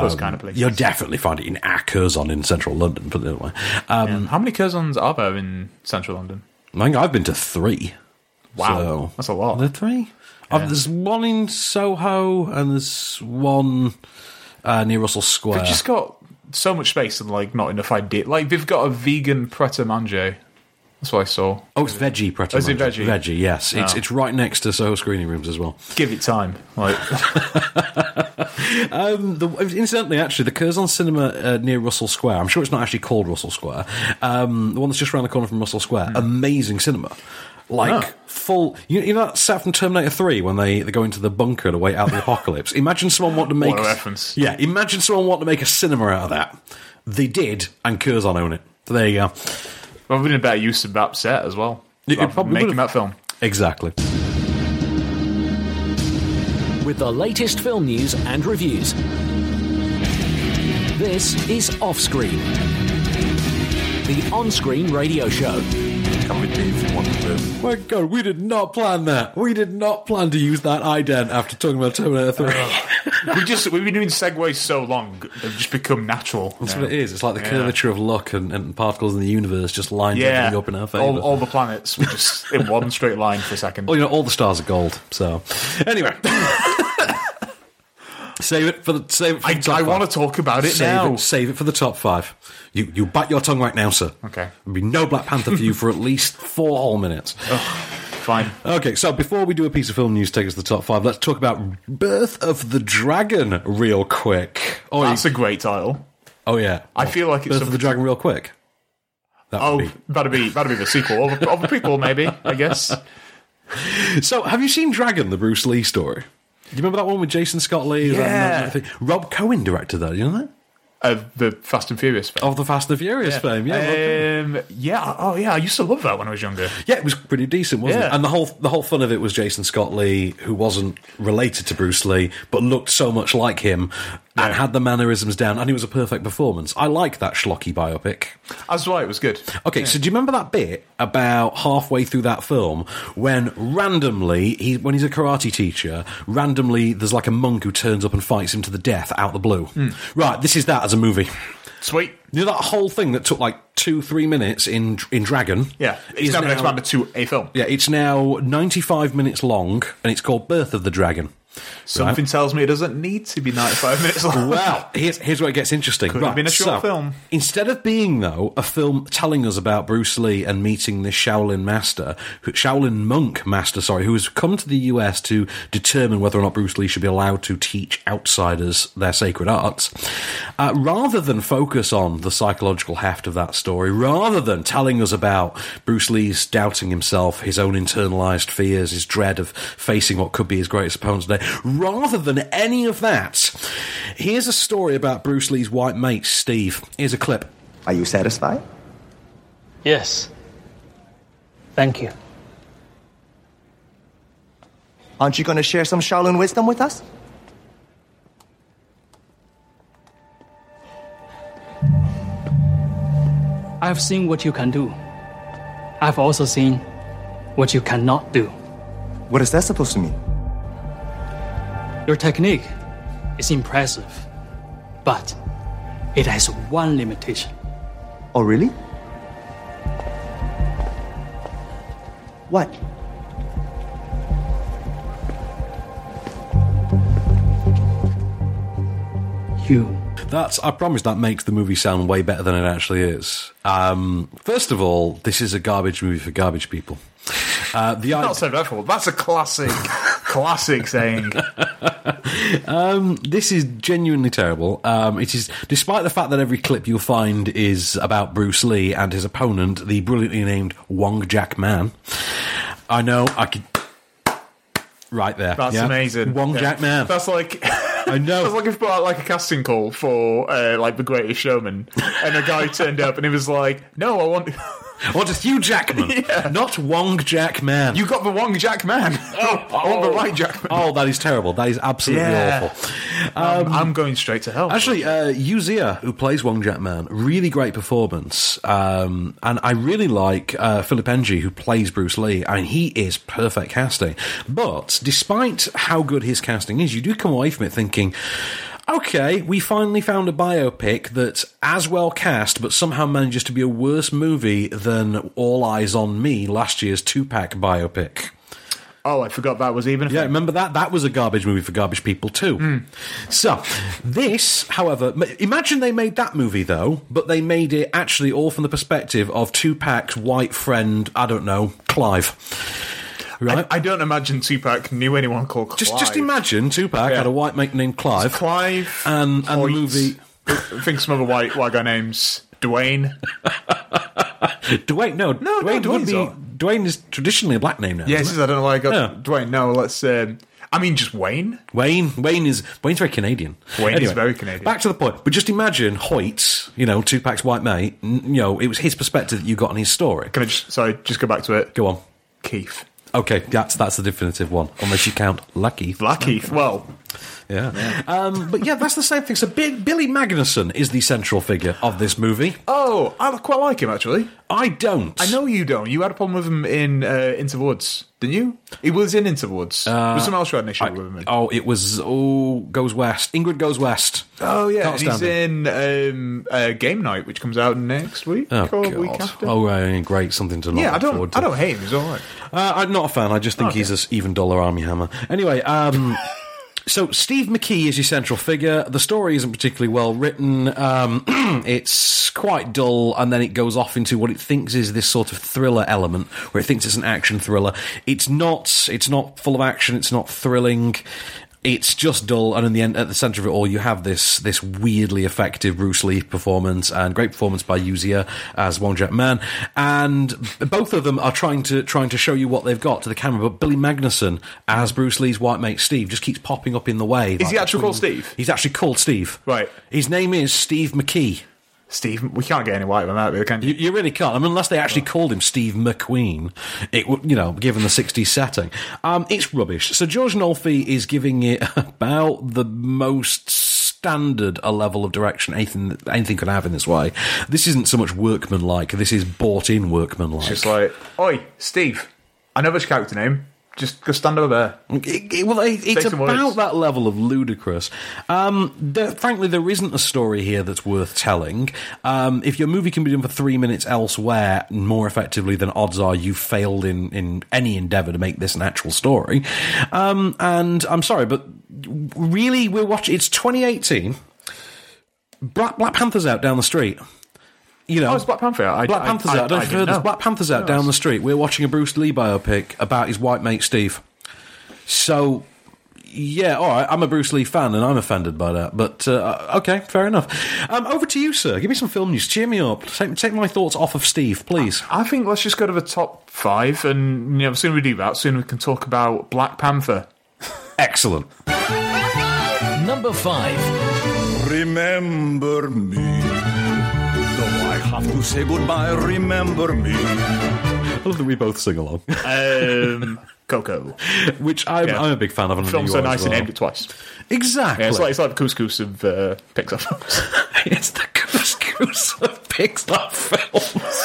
those
Um,
kind of places.
You'll definitely find it in a Curzon in central London. Put it that way. Um,
How many Curzons are there in central London?
I think I've been to three.
Wow,
So-
that's a lot.
Are there three? Uh, there's one in Soho and there's one uh, near Russell Square.
They've just got so much space and like not enough idea. Like they've got a vegan pret a manger. That's what I saw.
oh, it's veggie, pretty
Is it
much.
veggie? Oh.
Veggie, yes. It's it's right next to Soho screening rooms as well.
Give it time. Like
Um, the, incidentally, actually, the Curzon Cinema uh, near Russell Square. I'm sure it's not actually called Russell Square. Um, the one that's just around the corner from Russell Square.
Hmm.
Amazing cinema. Like
Oh.
full, you, you know that set from Terminator Three when they, they go into the bunker to wait out the apocalypse. Imagine someone want to make
a reference.
Yeah, imagine someone want to make a cinema out of that. They did, and Curzon own it. So there you go.
I've been a better use of that set as well.
It- it
Rather than
probably
making
would've-
that film.
Exactly.
with the latest film news and reviews. This is Offscreen, the on screen radio show.
Can we do for one of them?
My God, we did not plan that. We did not plan to use that ident after talking about Terminator Three.
Oh. we just we've been doing segues so long, they've just become natural.
That's
now.
what it is. It's like the
Yeah.
curvature of luck and, and particles in the universe just lined
Yeah,
everything up in our favour.
all, all the planets were just in one straight line for a second.
Well, you know, all the stars are gold. So, anyway, save it for the save. It for
I,
the top
I
five.
want to talk about it
save
now.
It, save it for the top five. You you bite your tongue right now, sir.
Okay.
There'll be no Black Panther for you for at least four whole minutes.
Oh. Fine.
Okay, so before we do a piece of film news, take us to the top five. Let's talk about Birth of the Dragon real quick. Oh,
That's a great title.
oh yeah.
I feel like it's
Birth of the
something.
Dragon real quick. That would
Oh,
be.
that'd be that'd be the sequel of a, of a prequel, maybe. I guess.
So, have you seen Dragon, the Bruce Lee story? Do you remember that one with Jason Scott Lee? That- that sort of thing? Rob Cohen directed that, you know that?
Of the Fast and Furious film.
Of the Fast and the Furious fame, Oh, yeah. Rob Cohen.
Um, yeah. Oh, yeah. I used to love that when I was younger.
yeah, it was pretty decent, wasn't it?
Yeah.
And the whole the whole fun of it was Jason Scott Lee, who wasn't related to Bruce Lee, but looked so much like him and had the mannerisms down, and it was a perfect performance. I like that schlocky biopic.
That's why it was good.
Okay, so do you remember that bit about halfway through that film when randomly he when he's a karate teacher, randomly there's like a monk who turns up and fights him to the death out the blue.
Hmm.
Right, this is that as a movie.
Sweet.
You know that whole thing that took like two, three minutes in in Dragon.
Yeah,
is
it's now been
now-
expanded to a film.
Yeah, it's now 95 minutes long, and it's called Birth of the Dragon.
Something tells me it doesn't need to be 95 minutes long.
Well, here's, here's where it gets interesting.
Could have been a short film.
Instead of being, though, a film telling us about Bruce Lee and meeting this Shaolin master, who- Shaolin monk master, sorry, who has come to the US to determine whether or not Bruce Lee should be allowed to teach outsiders their sacred arts, uh, rather than focus on the psychological heft of that story, rather than telling us about Bruce Lee's doubting himself, his own internalized fears, his dread of facing what could be his greatest opponent today, rather than any of that, here's a story about Bruce Lee's white mate, Steve. Here's a clip.
Are you satisfied?
Yes. Thank you.
Aren't you going to share some Shaolin wisdom with us?
I've seen what you can do. I've also seen what you cannot do.
What is that supposed to mean?
Your technique is impressive, but it has one limitation.
Oh, really? What?
You
That's, I promise that makes the movie sound way better than it actually is. Um, first of all, this is a garbage movie for garbage people. Uh, the idea.
Not so dreadful. That's a classic, classic saying.
this is genuinely terrible. Um, it is, despite the fact that every clip you'll find is about Bruce Lee and his opponent, the brilliantly named Wong Jack Man. I know I could. Right there,
That's
yeah?
amazing.
Wong
Yeah.
Jack Man.
That's like.
I know.
That's like if you put out like a casting call for uh, like the Greatest Showman, and a guy turned up and he was like, "No, I want
What is Hugh Jackman? Not Wong Jack Man.
you got the wrong Jack Man. I want the right Jack Man.
Oh, that is terrible. That is absolutely
Yeah.
awful.
Um, I'm going straight to hell.
Actually, uh, Yuzia, who plays Wong Jack Man, really great performance. Um, and I really like uh, Philip Engie, who plays Bruce Lee. I mean, he is perfect casting. But despite how good his casting is, you do come away from it thinking. Okay, we finally found a biopic that's as well cast, but somehow manages to be a worse movie than All Eyes on Me, last year's Tupac biopic.
oh, I forgot that was even. a
Yeah,
thing.
remember that? That was a garbage movie for garbage people too.
Hmm.
So, this, however, ma- imagine they made that movie though, but they made it actually all from the perspective of Tupac's white friend, I don't know, Clive. Right?
I, I don't imagine Tupac knew anyone called Clive.
just, just imagine Tupac
Yeah.
had a white mate named Clive.
Clive
And- and the
Hoyt.
movie-
I think some other white white guy names Dwayne.
Dwayne, no,
No, no,
Dwayne would
Dwayne's
be.
not.
Dwayne is traditionally a black name now.
Yeah,
isn't
this
it?
is, I don't know why I got
Yeah.
Dwayne. No, let's. Um, I mean, just Wayne.
Wayne, Wayne is Wayne's very Canadian.
Wayne is very Canadian.
Back to the point. But just imagine Hoyt, you know, Tupac's white mate. n- You know, it was his perspective that you got on his story.
Can I just? Sorry, just go back to it.
Go on.
Keith.
Okay, that's that's the definitive one, unless you count Lucky.
Black Keith. Well,
Yeah. Um, but yeah, that's the same thing. So Bi- Billy Magnuson is the central figure of this movie.
oh, I quite like him actually.
I don't.
I know you don't. You had a problem with him in uh, Into the Woods, didn't you? He was in Into the Woods. was someone else you had an issue
Uh, I-
with him? In?
oh, it was oh goes west. Ingrid goes west.
Oh yeah,
Can't
and he's
stand him.
in um, uh, Game Night, which comes out next week
Oh,
or
God.
week after.
oh uh, great, something to look
yeah, I
forward
don't.
to.
I don't hate him. He's all right.
Uh, I'm not a fan. I just think he's an even dollar army hammer. Anyway, um, so Steve McKee is your central figure. The story isn't particularly well written. Um, it's quite dull, and then it goes off into what it thinks is this sort of thriller element, where it thinks it's an action thriller. It's not. It's not full of action. It's not thrilling. It's just dull, and in the end, at the centre of it all, you have this this weirdly effective Bruce Lee performance and great performance by Yuzia as Wong Jack Man, and both of them are trying to trying to show you what they've got to the camera. But Billy Magnuson as Bruce Lee's white mate Steve just keeps popping up in the way. Is
he actually called Steve?
He's actually called Steve.
Right.
His name is Steve McKee.
Steve, we can't get any white one out there, can
You,
you?
you really can't. I mean, unless they actually called him Steve McQueen, it would, you know, given the 60s setting. Um, it's rubbish. So George Nolfi is giving it about the most standard a level of direction anything anything could have in this way. This isn't so much workmanlike. This is bought in workmanlike.
Just like, oi, Steve, I know his character name. Just go stand over there.
It- it- well, it- it's
Say some
about
words.
that level of ludicrous. Um, there, frankly, there isn't a story here that's worth telling. Um, if your movie can be done for three minutes elsewhere more effectively, then odds are you failed in, in any endeavour to make this an actual story. Um, and I'm sorry, but really, we're watching. It's 2018. Black, Black Panther's out down the street. You know,
Oh, it's Black Panther out. I-
Black
I-
Panther's
I-
out. Don't
I
you
didn't
know there's
know.
Black Panther's out down the street. We're watching a Bruce Lee biopic about his white mate Steve. So, yeah, all right. I'm a Bruce Lee fan, and I'm offended by that. But uh, okay, fair enough. Um, over to you, sir. Give me some film news. Cheer me up. Take, take my thoughts off of Steve, please.
I think let's just go to the top five, and you know, soon we do that. Soon we can talk about Black Panther.
Excellent.
Number 5.
Remember me. Though I have to say goodbye, remember me.
I love that we both sing along,
Um, Coco.
which I'm,
Yeah.
I'm a big fan of. and I know
Film's
you
so
are as
nice, he
well.
named it twice.
Exactly.
Yeah, it's like it's like the couscous of uh, Pixar films.
It's the couscous of Pixar films.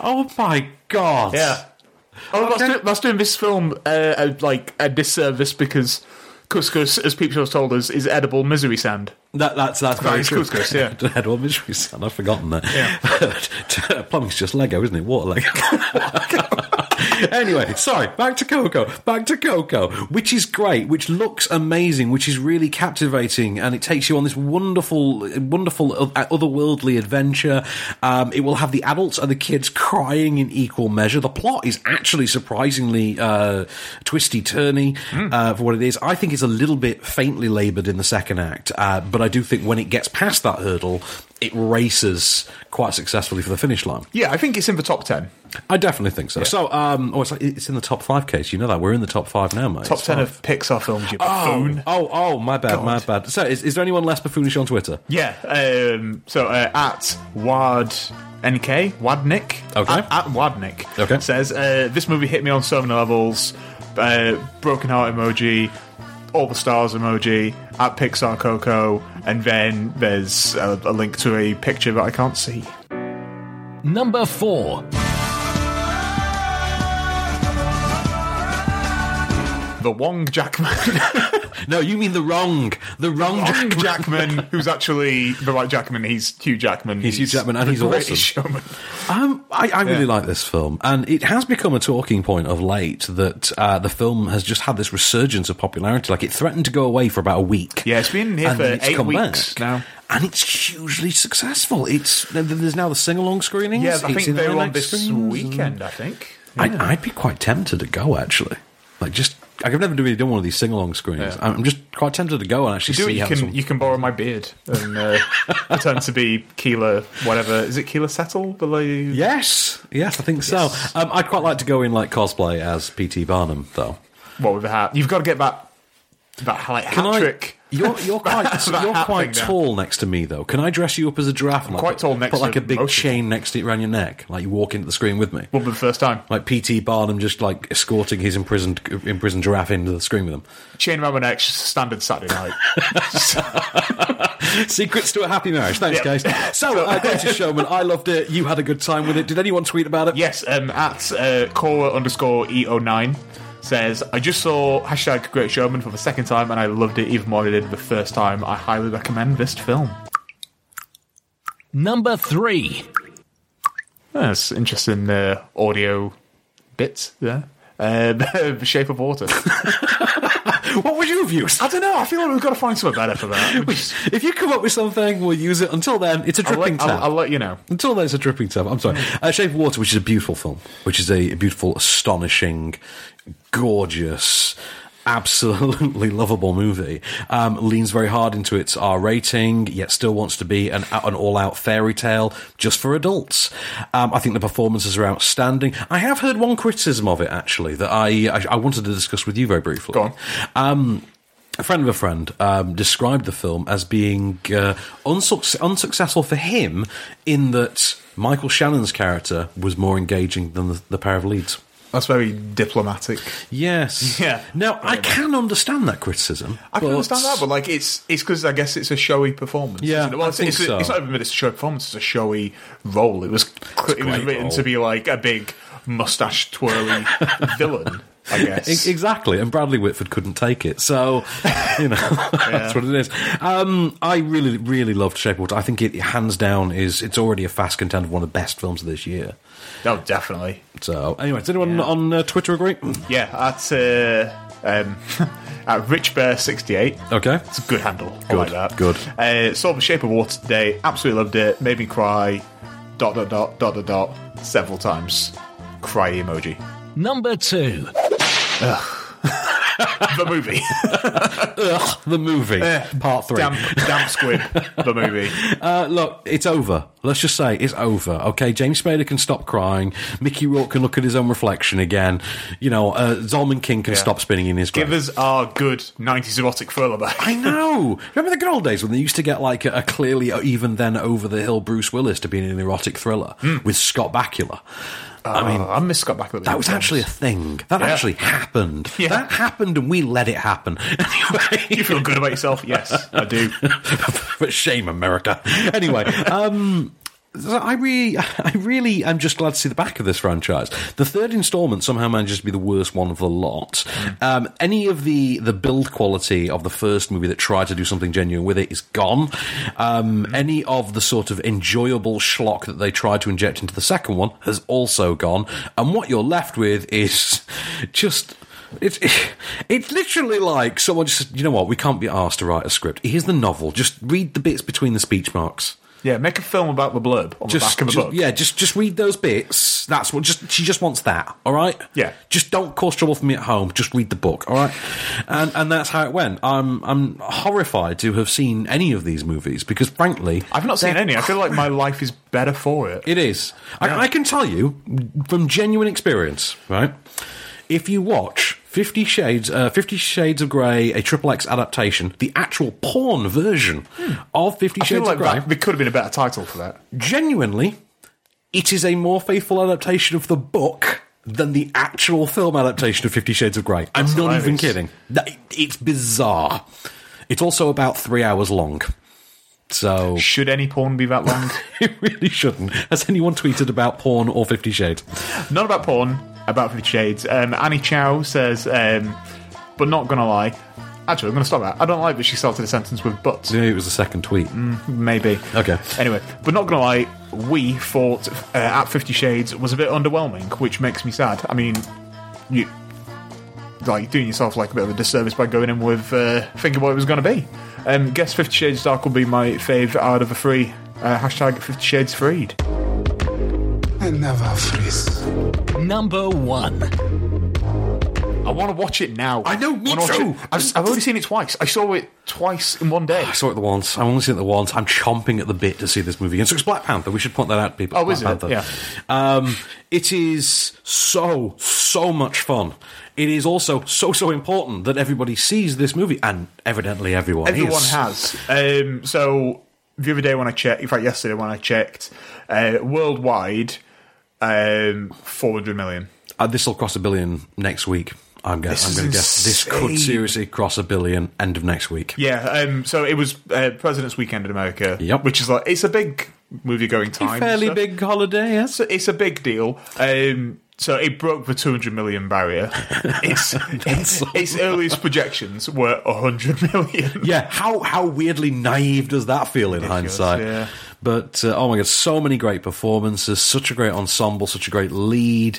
oh my god!
Yeah. Oh, that's, doing, that's doing this film uh, uh, like a disservice because couscous, as Peep Show's told us, is edible misery sand.
that, that's that's very
it's
true.
couscous, yeah.
I had one misery sound. I've forgotten that. Yeah, plumbing's just Lego, isn't it? Water Lego. anyway, sorry. Back to Coco. Back to Coco, which is great, which looks amazing, which is really captivating, and it takes you on this wonderful, wonderful o- uh, otherworldly adventure. Um, it will have the adults and the kids crying in equal measure. The plot is actually surprisingly uh, twisty turny uh, for what it is. I think it's a little bit faintly laboured in the second act, uh, but I do think when it gets past that hurdle, it races quite successfully for the finish line.
Yeah, I think it's in the top ten.
I definitely think so. So, um, oh, it's, like, it's in the top five case. You know that we're in the top five now, mate.
Top
It's
ten
fine.
of Pixar films. You
Oh,
buffoon.
oh, oh, my bad,
God.
my bad. So, is, is there anyone less buffoonish on Twitter?
Yeah. Um, so uh, at Wad NK Wadnick.
Okay.
At, at Wadnick.
Okay.
Says uh, this movie hit me on so many levels. Uh, broken heart emoji, all the stars emoji at Pixar Coco, and then there's a, a link to a picture that I can't see.
Number 4.
The Wong Jackman,
No, you mean the wrong, the wrong,
Wong
Jackman.
Jackman, who's actually the right Jackman. He's Hugh Jackman.
He's Hugh Jackman and
a
he's
great
awesome.
showman.
Um, I, I really
Yeah.
like this film, and it has become a talking point of late that uh, the film has just had this resurgence of popularity. Like it threatened to go away for about a week.
Yeah, it's been here
and
for
then it's
eight
come
weeks
back.
now.
and it's hugely successful. It's there's now the sing along screenings.
Yeah, I
It's in
think they were on
IMAX
this
screens.
weekend. I think.
I, I'd be quite tempted to go actually. Like just, like, I've never really done one of these sing along screens. I'm just quite tempted to go and actually
Do it,
see
you
how.
can
some-
you can borrow my beard and uh, pretend to be Keela whatever is it Keela Settle the lady
Yes, yes, I think so. Um, I'd quite like to go in like cosplay as P.T. Barnum, though.
what with the hat you've got to get that that like, hat
Can I?
trick
You're you're quite
That
you're
hat
quite
thing down.
tall next to me though. Can I dress you up as a giraffe? and, like,
quite tall next
Put like
to
a big
most
chain next to it around your neck, like you walk into the screen with me.
will be the first time
Like P.T. Barnum just like escorting his imprisoned imprisoned giraffe into the screen with him.
chain around my neck just standard Saturday night
Secrets to a happy marriage. Thanks,
Yep.
guys. So, uh, Greatest Showman, I loved it. You had a good time with it. Did anyone tweet about it?
yes um, at uh, Cora underscore E09 says I just saw hashtag Great Showman for the second time and I loved it even more than I did the first time I highly recommend this film
Number 3.
That's interesting uh, audio bits there. Um, The Shape of Water.
What would you have used?
I don't know. I feel like we've got to find something better for that. We just-
If you come up with something, we'll use it. Until then, it's a
I'll,
dripping
let, I'll,
tap.
I'll let you know.
Until then, it's a dripping tap. I'm sorry. Uh, Shape of Water, which is a beautiful film, which is a beautiful, astonishing, gorgeous, absolutely lovable movie. Um, leans very hard into its R rating, yet still wants to be an, an all out fairy tale just for adults. Um, I think the performances are outstanding. I have heard one criticism of it, actually, that I, I, I wanted to discuss with you very briefly.
Go on.
Um, a friend of a friend um, described the film as being uh, unsuc- unsuccessful for him in that Michael Shannon's character was more engaging than the, the pair of leads.
That's very diplomatic.
Yes.
Yeah.
Now I can understand that criticism.
I can understand that, but like it's it's because I guess it's a showy performance.
Yeah,
isn't it? well,
I
it's,
think
it's,
so.
it's not even that it's a showy performance; it's a showy role. It was it was
great
written
role.
to be like a big mustache twirly villain. I guess
E- Exactly, and Bradley Whitford couldn't take it, so you know that's what it is. Um, I really, really loved Shape of Water. I think it hands down is it's already a fast contender, one of the best films of this year.
No, definitely.
So, anyway, does anyone on uh, Twitter agree?
Yeah, at uh, um, at richbear68.
Okay,
It's a good handle. I
Good,
like that.
good.
Uh, saw The Shape of Water today. Absolutely loved it. Made me cry. Dot dot dot dot dot dot several times. Cry emoji.
Number two.
The movie.
the movie
Eh,
part three.
damp, damp squid. The movie.
Uh, look, it's over. Let's just say it's over. Okay, James Spader can stop crying. Mickey Rourke can look at his own reflection again. You know, uh, Zolman King can stop spinning in his grave.
Give us our good '90s erotic thriller back.
I know. Remember the good old days when they used to get like a, a clearly uh, even then over the hill Bruce Willis to be in an erotic thriller
Hmm.
with Scott Bakula. I mean,
Oh, I miss Scott Bakula.
that was actually a thing. That
Yeah.
actually happened.
Yeah.
That happened, and we let it happen. Anyway,
You feel good about yourself? Yes, I do.
but shame, America. Anyway, um, so I really, I really am just glad to see the back of this franchise. The third installment somehow manages to be the worst one of the lot. Um, any of the the build quality of the first movie that tried to do something genuine with it is gone. Um, Any of the sort of enjoyable schlock that they tried to inject into the second one has also gone. And what you're left with is just. It's it's literally like someone just said, you know what we can't be asked to write a script. Here's the novel. Just read the bits between the speech marks.
Yeah, make a film about the blurb on
Just,
the back of the
just-
book.
yeah, just just read those bits. That's what just she just wants that. All right.
Yeah.
Just don't cause trouble for me at home. Just read the book. All right. And and that's how it went. I'm I'm horrified to have seen any of these movies because frankly
I've not seen any. I feel like my life is better for it.
it is. I, I can tell you from genuine experience, right? If you watch Fifty Shades, uh, Fifty Shades of Grey, a triple X adaptation, the actual porn version of Fifty
Hmm. I feel
Shades
like
of Grey,
that, there could have been a better title for that.
genuinely, it is a more faithful adaptation of the book than the actual film adaptation of Fifty Shades of Grey. I'm not even
hilarious.
kidding. That- It's bizarre. It's also about three hours long. So
Should any porn be that long?
it really shouldn't. Has anyone tweeted about porn or Fifty Shades?
not about porn, about Fifty Shades. Um, Annie Chow says, um, but not gonna lie. Actually, I'm gonna stop that. I don't like that she started a sentence with but.
Maybe it was the second tweet.
Maybe.
Okay.
Anyway, but not gonna lie, we thought uh, at Fifty Shades was a bit underwhelming, which makes me sad. I mean, you like doing yourself like a bit of a disservice by going in with uh, thinking what it was gonna be. Um, guess Fifty Shades Dark will be my fave out of the three. Uh, hashtag Fifty Shades Freed.
Number one.
I want to watch it now.
I know, me
Wanna watch
too.
it. I've, I've already seen it twice. I saw it twice in one day.
I saw it the once. I'm only seen it the once. I'm chomping at the bit to see this movie again. So it's Black Panther. We should point that out to people.
Oh,
Black
is it?
Panther.
Yeah.
Um, it is so so much fun. It is also so so important that everybody sees this movie, and evidently everyone.
Everyone
is.
has. Um, so the other day when I checked, in fact, yesterday when I checked, uh, worldwide, um, 400 million.
Uh, this will cross a billion next week. I'm going.
This
I'm
is
going to guess this could
insane.
seriously cross a billion end of next week.
Yeah. Um, so it was uh, President's Weekend in America,
Yep.
which is like, it's a big movie going time.
Fairly
So
big holiday, yes.
It's a, it's a big deal. Um, so it broke the 200 million barrier. It's,
That's
its earliest projections were 100 million.
Yeah, how how weirdly naive does that feel in hindsight?
yeah.
But uh, oh my god, so many great performances, such a great ensemble, such a great lead.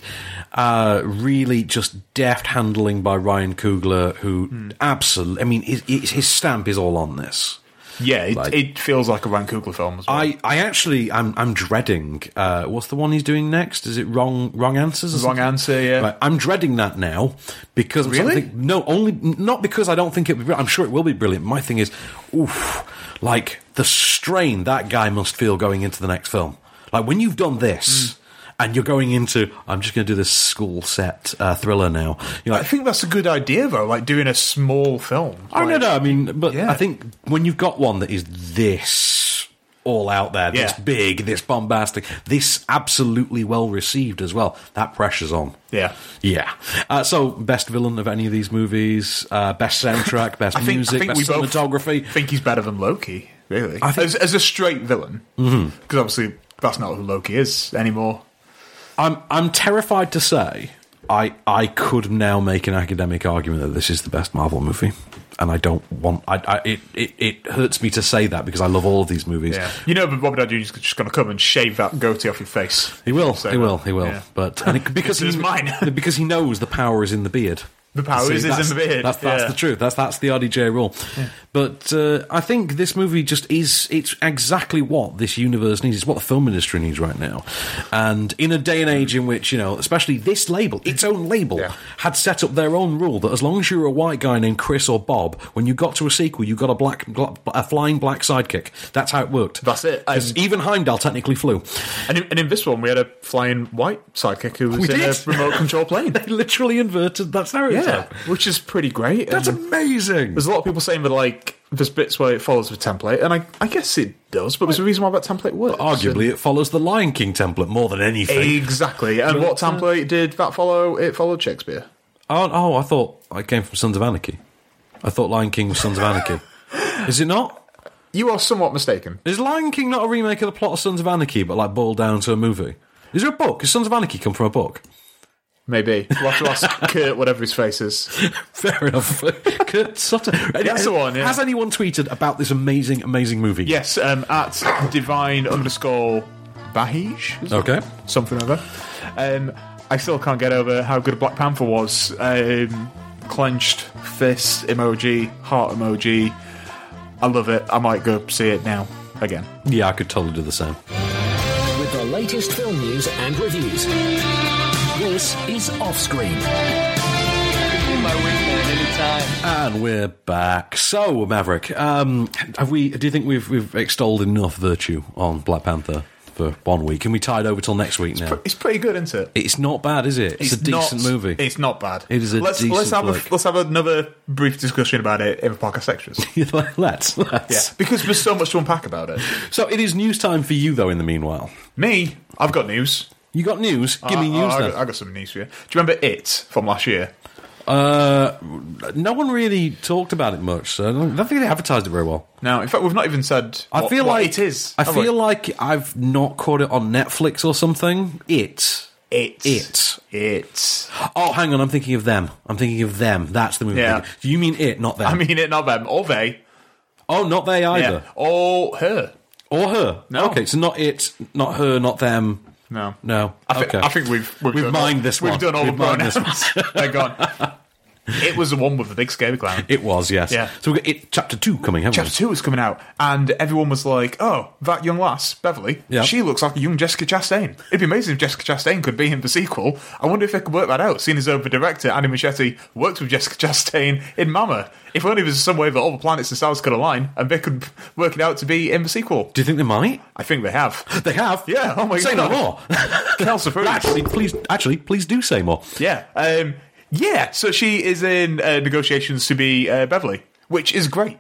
Uh, really, just deft handling by Ryan Coogler, who absolutely. I mean, his, his his stamp is all on this.
Yeah, it,
Like-
it feels like a Ryan Coogler film as well.
I, I actually I'm I'm dreading uh, what's the one he's doing next? Is it wrong wrong answers? Or
Wrong
something?
Answer, yeah.
Right, I'm dreading that now because I'm
Really?
starting to think- no only not because I don't think it. Will be, brilliant. I'm sure it will be brilliant. My thing is, oof, like the strain that guy must feel going into the next film. Like when you've done this.
Mm.
And you're going into. I'm just going to do this school set uh, thriller now. You're
I
like,
think that's a good idea though, like doing a small film.
Oh no,
Like,
no. I mean, but
Yeah.
I think when you've got one that is this all out there, this
Yeah.
big, this bombastic, this absolutely well received as well. That pressure's on.
Yeah.
Yeah. Uh, so, best villain of any of these movies, uh, best soundtrack, best
I think,
music,
I think we
best
both
cinematography.
think he's better than Loki, really.
I think-
as, as a straight villain. Because
Mm-hmm.
obviously that's not who Loki is anymore.
I'm I'm terrified to say I I could now make an academic argument that this is the best Marvel movie, and I don't want I, I it, it it hurts me to say that because I love all of these movies.
You know, but Robert Downey Jr. is just going to come and shave that goatee off your face.
He will,
So,
he will, he will.
yeah.
But and it, because
This is
he-
mine.
because he knows the power is in the beard.
The power is- is in
that's-
the beard,
That's, that's
yeah.
the truth. That's that's the RDJ rule. But uh, I think this movie just is. It's exactly what this universe needs. It's what the film industry needs right now. And in a day and age in which you know, especially this label, its own label,
Yeah.
had set up their own rule that as long as you were a white guy named Chris or Bob, when you got to a sequel, you got a black gla- a flying black sidekick. That's how it worked.
That's it.
'Cause
Um,
even Heimdall technically flew.
And in, and in this one, we had a flying white sidekick who was
We
in
did.
a remote control plane.
They literally inverted that stereotype.
yeah, which is pretty great.
That's
And
amazing.
there's a lot of people saying that like there's bits where it follows the template, and I, I guess it does. But there's a reason why that template works.
Arguably, it follows the Lion King template more than anything.
exactly. And what template did that follow? It followed Shakespeare.
Oh, oh, I thought it came from Sons of Anarchy. I thought Lion King was Sons of Anarchy. Is it not?
You are somewhat mistaken.
Is Lion King not a remake of the plot of Sons of Anarchy, but like boiled down to a movie? Is there a book? Does Sons of Anarchy come from a book?
Maybe we'll have to ask Kurt whatever his face is.
Fair enough. Kurt Sutter.
That's the one, yeah.
Has anyone tweeted about this amazing, amazing movie? yet?
Yes, um, at divine underscore Bahij. is it?
Okay.
something or other. Um, I still can't get over how good Black Panther was. Um, clenched fist emoji, heart emoji. I love it. I might go see it now again.
Yeah, I could totally do the same.
with the latest film news and reviews. This is Offscreen.
And we're back. So, Maverick, um, have we? Do you think we've we've extolled enough virtue on Black Panther for one week? Can we tide over till next week now?
It's pretty good, isn't it?
It's not bad, is it? It's, a decent
not,
movie.
It's not bad.
It is a
let's, let's
decent
have
flick.
a, let's have another brief discussion about it in the podcast sections.
let's,
Yeah,
let's.
because there's so much to unpack about it.
So it is news time for you, though. In the meanwhile,
Me, I've got news.
you got news. Give me
I-
news
I, I,
then.
got, I got some news for you. Do you remember it from last year?
uh, no one really talked about it much, so I don't I don't think they advertised it very well.
No, in fact, we've not even said.
I
what-
feel
what
like
it is.
I
have
feel
we?
like I've not caught it on Netflix or something. It.
it.
It.
It.
Oh, hang on. I'm thinking of them. I'm thinking of them. That's the movie.
Yeah.
You mean it, not them.
I mean it, not them, or they,
oh, not they
yeah,
either.
or her.
Or her.
No.
Okay, so not it, not her, not them.
No,
No.
I, thi-
okay.
I think we've we've,
We've
done
mined
all,
this
We've
one.
done all
We've
the
mined this
pronouns. They're gone. It was the one with the big scary clown.
It was, yes.
Yeah.
So we've got it, chapter two coming, haven't
Chapter two was coming out, and everyone was like, "Oh, that young lass, Beverly.
Yeah.
She looks like a young Jessica Chastain. It'd be amazing if Jessica Chastain could be in the sequel. I wonder if they could work that out. Seeing as though the director Andy Muschietti worked with Jessica Chastain in Mama. If only there was some way that all the planets and stars could align, and they could work it out to be in the sequel.
Do you think they might?
I think they have.
They have.
Yeah, oh my
say
God.
no more.
Kelsey Fruits.
actually, please, actually, please do say more.
Yeah. Um, yeah. So she is in uh, negotiations to be uh, Beverly, which is great.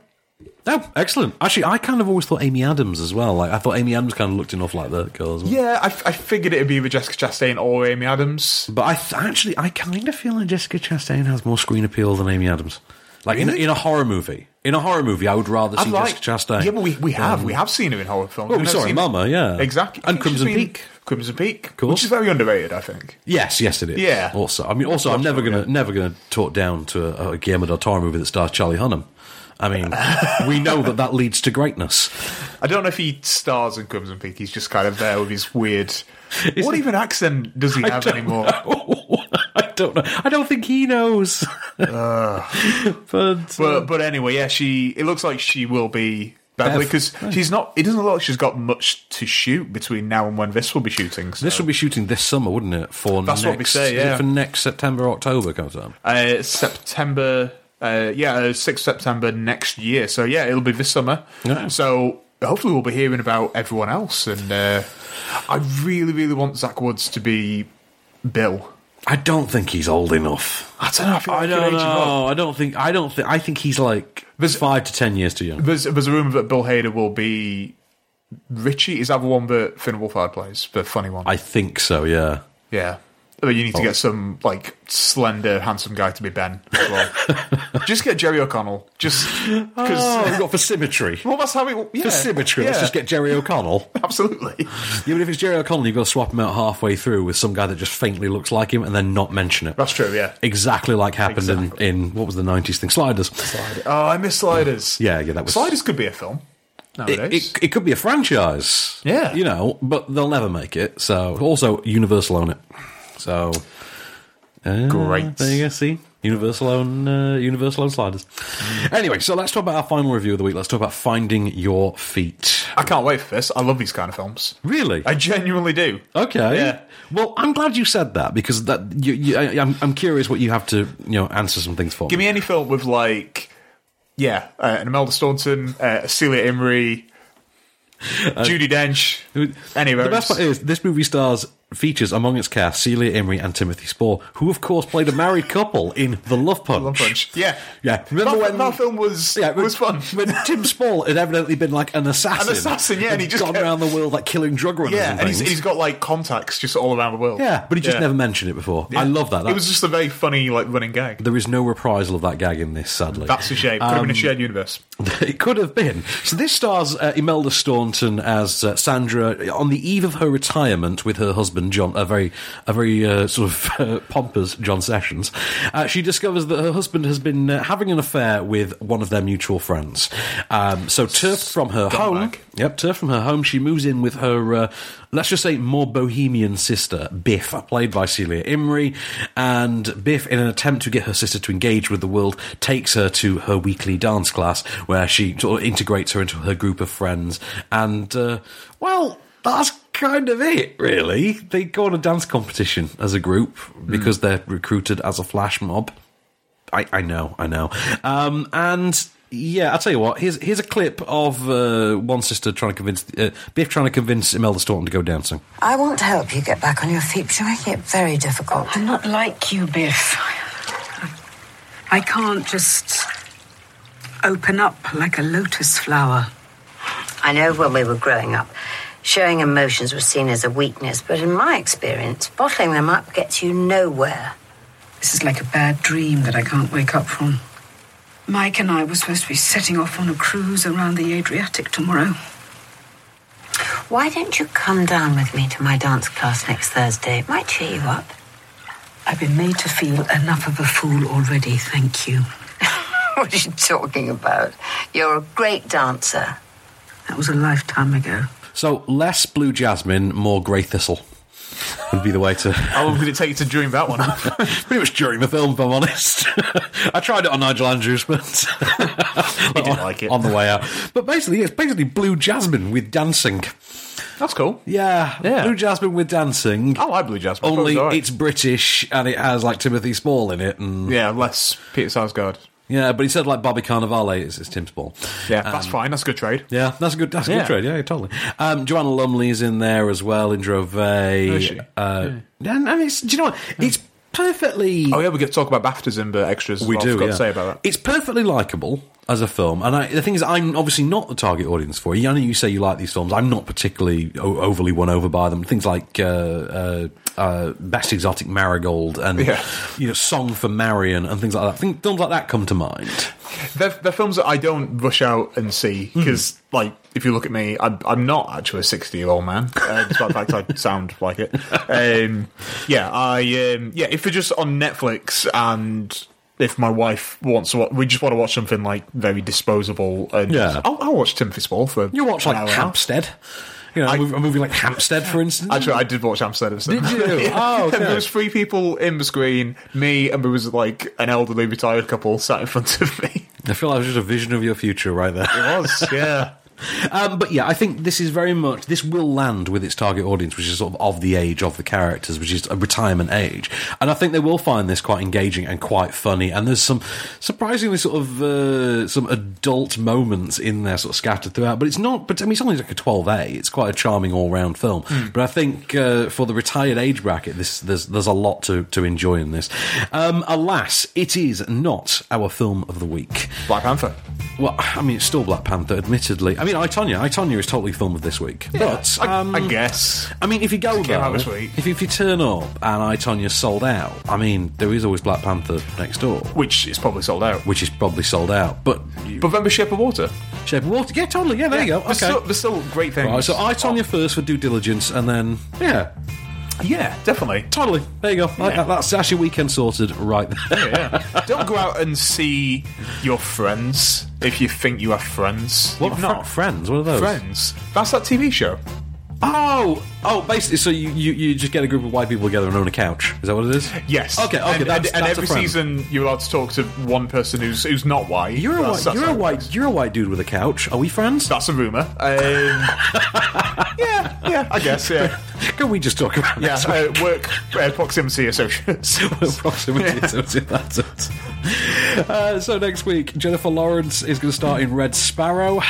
Oh, excellent. Actually, I kind of always thought Amy Adams as well. Like, I thought Amy Adams kind of looked enough like that girl as well.
Yeah, I, I figured it'd be with Jessica Chastain or Amy Adams.
But I th- actually, I kind of feel like Jessica Chastain has more screen appeal than Amy Adams. Like in,
Really?
in a horror movie, in a horror movie, I would rather see Jessica Chastain. Um,
Yeah, but we, we have
than-
we have seen her in horror films.
Well,
We've
we
never
saw her in
seen-
Mama, yeah.
exactly.
And
She's
Crimson
been-
Peak.
Crimson Peak,
course.
which is very underrated, I think.
Yes, yes, it is.
Yeah.
Also, I mean, also, I'm never gonna never gonna talk down to a, a Guillermo del Toro movie that stars Charlie Hunnam. I mean, we know that that leads to greatness.
I don't know if he stars in Crimson Peak. He's just kind of there with his weird. what
it-
even accent does he have
don't
anymore?
I don't know. I don't think he knows.
Uh.
but
But but anyway, yeah, she. It looks like she will be Beverly
Bev,
because she's not. It doesn't look like she's got much to shoot between now and when this will be shooting. So.
this will be shooting this summer, wouldn't it? For
That's
next,
what we say, yeah.
for next September, October comes up.
uh, September. Uh, yeah, uh, sixth September next year. So yeah, it'll be this summer.
Yeah.
So hopefully we'll be hearing about everyone else. And uh, I really, really want Zach Woods to be Bill.
I don't think he's old enough.
I don't know. I, feel like
I
I could
don't
age him up.
know. I don't think. I don't think. I think he's like
There's-
five to ten years too young.
There's there's a rumor that Bill Hader will be Richie is that the one that Finn Wolfhard plays, the funny one.
I Oh. think so, yeah.
yeah. I mean, you need to get some like slender, handsome guy to be Ben. As well. just get Jerry O'Connell. Just because.
Oh, we've got for symmetry.
well, that's how we. Yeah,
For symmetry, let's
Yeah,
just get Jerry O'Connell.
absolutely.
Yeah, but if it's Jerry O'Connell, you've got to swap him out halfway through with some guy that just faintly looks like him and then not mention it.
That's true. Yeah.
Exactly like happened in, in what was the 90s thing? Sliders.
Oh, I miss Sliders.
Yeah, yeah, that was-
Sliders could be a film
It,
nowadays.
it, it could be a franchise.
Yeah.
You know, but they'll never make it. So, also, Universal own it. So, uh,
Great.
There you go, see? Universal own, uh, Universal own sliders.
Mm.
Anyway, so let's talk about our final review of the week. Let's talk about Finding Your Feet.
I can't wait for this. I love these kind of films.
Really?
I genuinely do.
Okay.
Yeah.
Well, I'm glad you said that because that you, you, I, I'm, I'm curious what you have to you know answer some things for.
Give me any film with like, yeah, uh, an Imelda Staunton, uh, Celia Imrie,
Uh,
Judy Dench, any of
The
those.
best part is this movie stars features among its cast Celia Imrie and Timothy Spall, who of course played a married couple in The Love Punch.
Love Punch. Yeah,
Yeah. Remember
that,
when-
that film was
Yeah,
was fun?
When Tim Spall had evidently been like an assassin,
An assassin, yeah, and he just
gone
kept-
around the world like killing drug runners.
yeah,
and,
and he's,
things.
he's got like contacts just all around the world.
yeah, but he just
Yeah.
never mentioned it before. I love that.
It was just a very funny like running gag.
there is no reprisal of that gag in this, sadly.
That's a shame. Could have been
Um,
a shared universe.
It could have been. So this stars uh, Imelda Staunton as uh, Sandra on the eve of her retirement with her husband John, a very, a very uh, sort of uh, pompous John Sessions. Uh, she discovers that her husband has been uh, having an affair with one of their mutual friends. Um, so turfed from her home,
Scumbag.
yep, turfed from her home, she moves in with her. Uh, Let's just say more bohemian sister, Biff, played by Celia Imrie. And Biff, in an attempt to get her sister to engage with the world, takes her to her weekly dance class where she sort of integrates her into her group of friends. And, uh, well, that's kind of it, really. They go on a dance competition as a group because they're recruited as a flash mob. I, I know, I know. Um, and yeah, I'll tell you what. Here's here's a clip of uh, one sister trying to convince uh, Biff trying to convince Imelda Staunton to go dancing.
I won't help you get back on your feet, but you're making it very difficult.
I'm not like you, Biff. I can't just open up like a lotus flower.
I know when we were growing up, showing emotions was seen as a weakness, but in my experience, bottling them up gets you nowhere.
This is like a bad dream that I can't wake up from. Mike and I were supposed to be setting off on a cruise around the Adriatic tomorrow.
Why don't you come down with me to my dance class next Thursday? It might cheer you up.
I've been made to feel enough of a fool already, thank you.
what are you talking about? You're a great dancer.
That was a lifetime ago.
So less blue jasmine, more grey thistle would be the way to.
How long did it take you to dream that one up?
Pretty much during the film, if I'm honest. I tried it on Nigel Andrews, but he
didn't like it.
on the way out. But basically, it's basically blue jasmine with dancing.
That's cool.
Yeah, Oh,
Yeah.
blue jasmine with dancing.
I like Blue Jasmine. I thought it
Only
was all right.
it's British and it has like Timothy Spall in it, and
yeah, less Peter Sarsgaard.
Yeah, but he said like Bobby Cannavale is, is Tim's ball.
Yeah,
Um,
that's fine. That's a good trade.
Yeah, that's a good. That's a
Yeah.
good trade. Yeah, totally. Um, Joanna Lumley's in there as well. Indra Vey.
Is she?
Uh, and, and it's. Do you know what? It's perfectly.
Oh yeah, we get to talk about BAFTAs and the extras. As
we
well.
do.
Forgot
yeah.
to say about that.
It's perfectly likable as a film, and I, the thing is, I'm obviously not the target audience for it. I know you say you like these films. I'm not particularly o- overly won over by them. Things like uh, uh, uh, Best Exotic Marigold and
Yeah.
you know Song for Marion and things like that. I think films like that come to mind.
They're, they're films that I don't rush out and see
Hmm.
because, like, if you look at me, I'm, I'm not actually a sixty-year-old man, uh, despite the fact I sound like it. Um, yeah, I um, yeah. If they're just on Netflix and if my wife wants to, wa- we just want to watch something like very disposable. And
Yeah.
I'll, I'll watch Timothy Spall for
You watch
an
like
hour and a half.
Hampstead. You know, a mov- a movie like Hampstead, for instance.
Actually, I did watch Amsterdam. So.
Did you? Oh, okay.
And there was three people in the screen, me, and there was like an elderly retired couple sat in front of me.
I feel like it was just a vision of your future right there.
It was, yeah.
Um, but yeah, I think this is very much this will land with its target audience, which is sort of of the age of the characters, which is a retirement age, and I think they will find this quite engaging and quite funny. And there's some surprisingly sort of uh, some adult moments in there, sort of scattered throughout. But it's not, but I mean, it's only like a 12A. It's quite a charming all round film. But I think uh, for the retired age bracket, this there's there's a lot to to enjoy in this. Um, alas, it is not our film of the week.
Black Panther.
Well, I mean, it's still Black Panther, admittedly. I mean, I Tonya, I Tonya is totally film of this week, but
I-
um,
I guess.
I mean, if you go
Came out
though,
this week.
if if you turn up and I Tonya's sold out, I mean, there is always Black Panther next door,
which is probably sold out.
which is probably sold out. But you,
But remember Shape of Water?
Shape of Water, yeah, totally, yeah, there you go. Okay,
There's, still, there's still great things. Oh,
right, so I Tonya first for due diligence, and then yeah,
yeah, definitely.
totally, there you go. Like that, that's actually weekend sorted right there.
Yeah, yeah. Don't go out and see your friends if you think you have friends.
What
You've
fr-
not.
friends? What are those?
Friends. That's that TV show.
Oh, oh, basically, so you, you, you just get a group of white people together and own a couch. Is that what it is?
Yes.
Okay. Okay.
And, and-
that's,
and
that's a
every
friend.
season you're allowed to talk to one person who's who's not white.
You're a
That's-
white.
that's
You're
how
a
it
white.
works.
You're a white dude with a couch. Are we friends?
That's a rumor. Um, yeah, yeah, I guess. Yeah,
Can we just talk about
yeah.
this?
Uh, work uh, proximity associates.
Proximity associated, that's it. Uh, so next week, Jennifer Lawrence is going to start in Red Sparrow,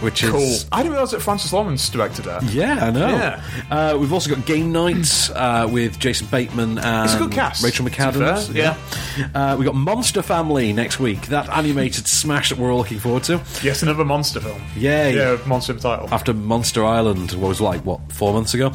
which
Cool.
is
I didn't realize that Francis Lawrence directed that.
Yeah, I know.
Yeah.
Uh, we've also got Game Nights uh, with Jason Bateman and
It's a good cast,
Rachel
to be fair,
McAdams. Uh, we've got Monster Family next week. That animated smash that we're all looking forward to.
Yes, another monster film.
Yay.
Yeah, monster in title.
After Monster Island what was like, what, four months ago?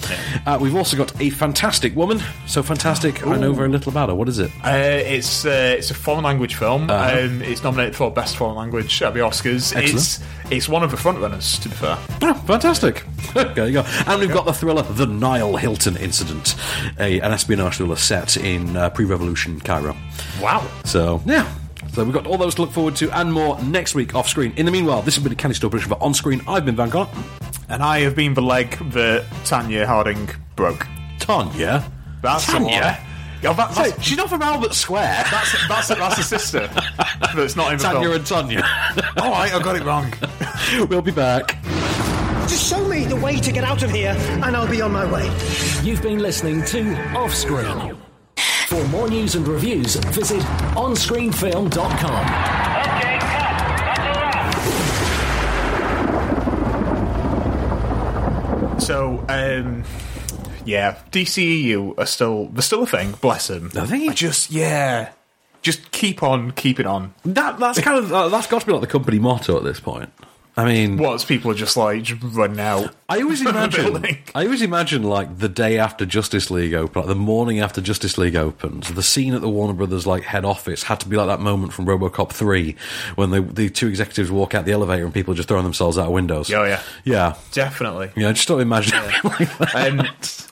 Uh, we've also got A Fantastic Woman. So fantastic, I know very little about her. What is it?
Uh, it's uh, it's a foreign language film.
Uh-huh.
Um, it's nominated for best foreign language at the Oscars. It's it's one of the front runners. To be fair,
Oh, fantastic. there you go. And we've got the thriller The Nile Hilton Incident, a, an espionage thriller set in uh, pre revolution Cairo.
wow.
So yeah. So we've got all those to look forward to and more next week off screen. In the meanwhile, this has been a Candy Store production for On Screen. I've been Van Gogh.
And I have been the leg that Tanya Harding broke.
Tanya.
That's
Tanya?
Yeah, that,
Hey,
that's,
she's not from Albert Square.
that's, that's, that's a sister. That's not in the
Tanya
film.
and Tanya.
All right, I got it wrong.
we'll be back.
Just show me the way to get out of here, and I'll be on my way.
You've been listening to Off Screen. For more news and reviews, visit onscreenfilm.com.
So, um, yeah, DCEU are still they're still a thing. Bless them.
Are they?
I just yeah, just keep on keeping on.
That, that's kind of uh, that's got to be like the company motto at this point. I mean,
Whilst people are just like just running out.
I always imagine.
Building.
I always imagine like the day after Justice League opened, like the morning after Justice League opened. The scene at the Warner Brothers like head office had to be like that moment from RoboCop three when the the two executives walk out the elevator and people are just throwing themselves out of windows.
Oh, yeah.
yeah,
Definitely.
yeah. I just don't imagine it being like that.
Um,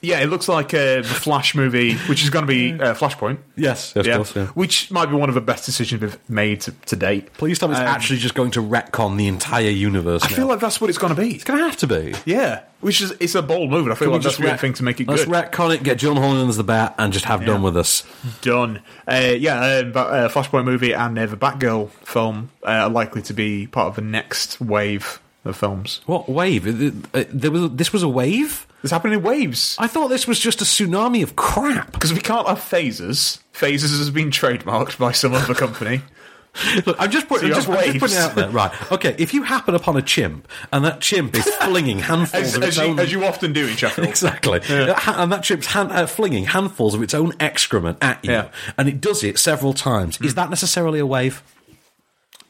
yeah, it looks like uh, the Flash movie, which is going to be uh, Flashpoint.
yes, yes,
yeah,
of course, yeah.
which might be one of the best decisions we've made to, to date.
Please tell me it's
Um,
actually just going to retcon the entire universe.
I feel like that's what it's going to be.
it's going to have to be.
Yeah, which is it's a bold move. and I feel
Can we
like that's the
ret-
right thing to make it
Let's
good.
retcon it. Get John Holland as the Bat and just have done with us.
Done. Uh, yeah, uh, but, uh, Flashpoint movie and uh, the Batgirl film uh, are likely to be part of the next wave of films.
What wave? Uh, uh, There was this was a wave.
It's happening in waves
I thought this was just a tsunami of crap.
because we can't have phases. Phases has been trademarked by some other company.
Look, I'm just, put,
So
I'm
you
just,
have
I'm just
waves.
putting it out there. Right. Okay, if you happen upon a chimp and that chimp is flinging handfuls
As,
of its
as, you,
own.
as you often do in Sheffield.
Exactly. Ha- And that chimp's hand, uh, flinging handfuls of its own excrement at you.
Yeah. Hmm.
And it does it several times. Is that necessarily a wave?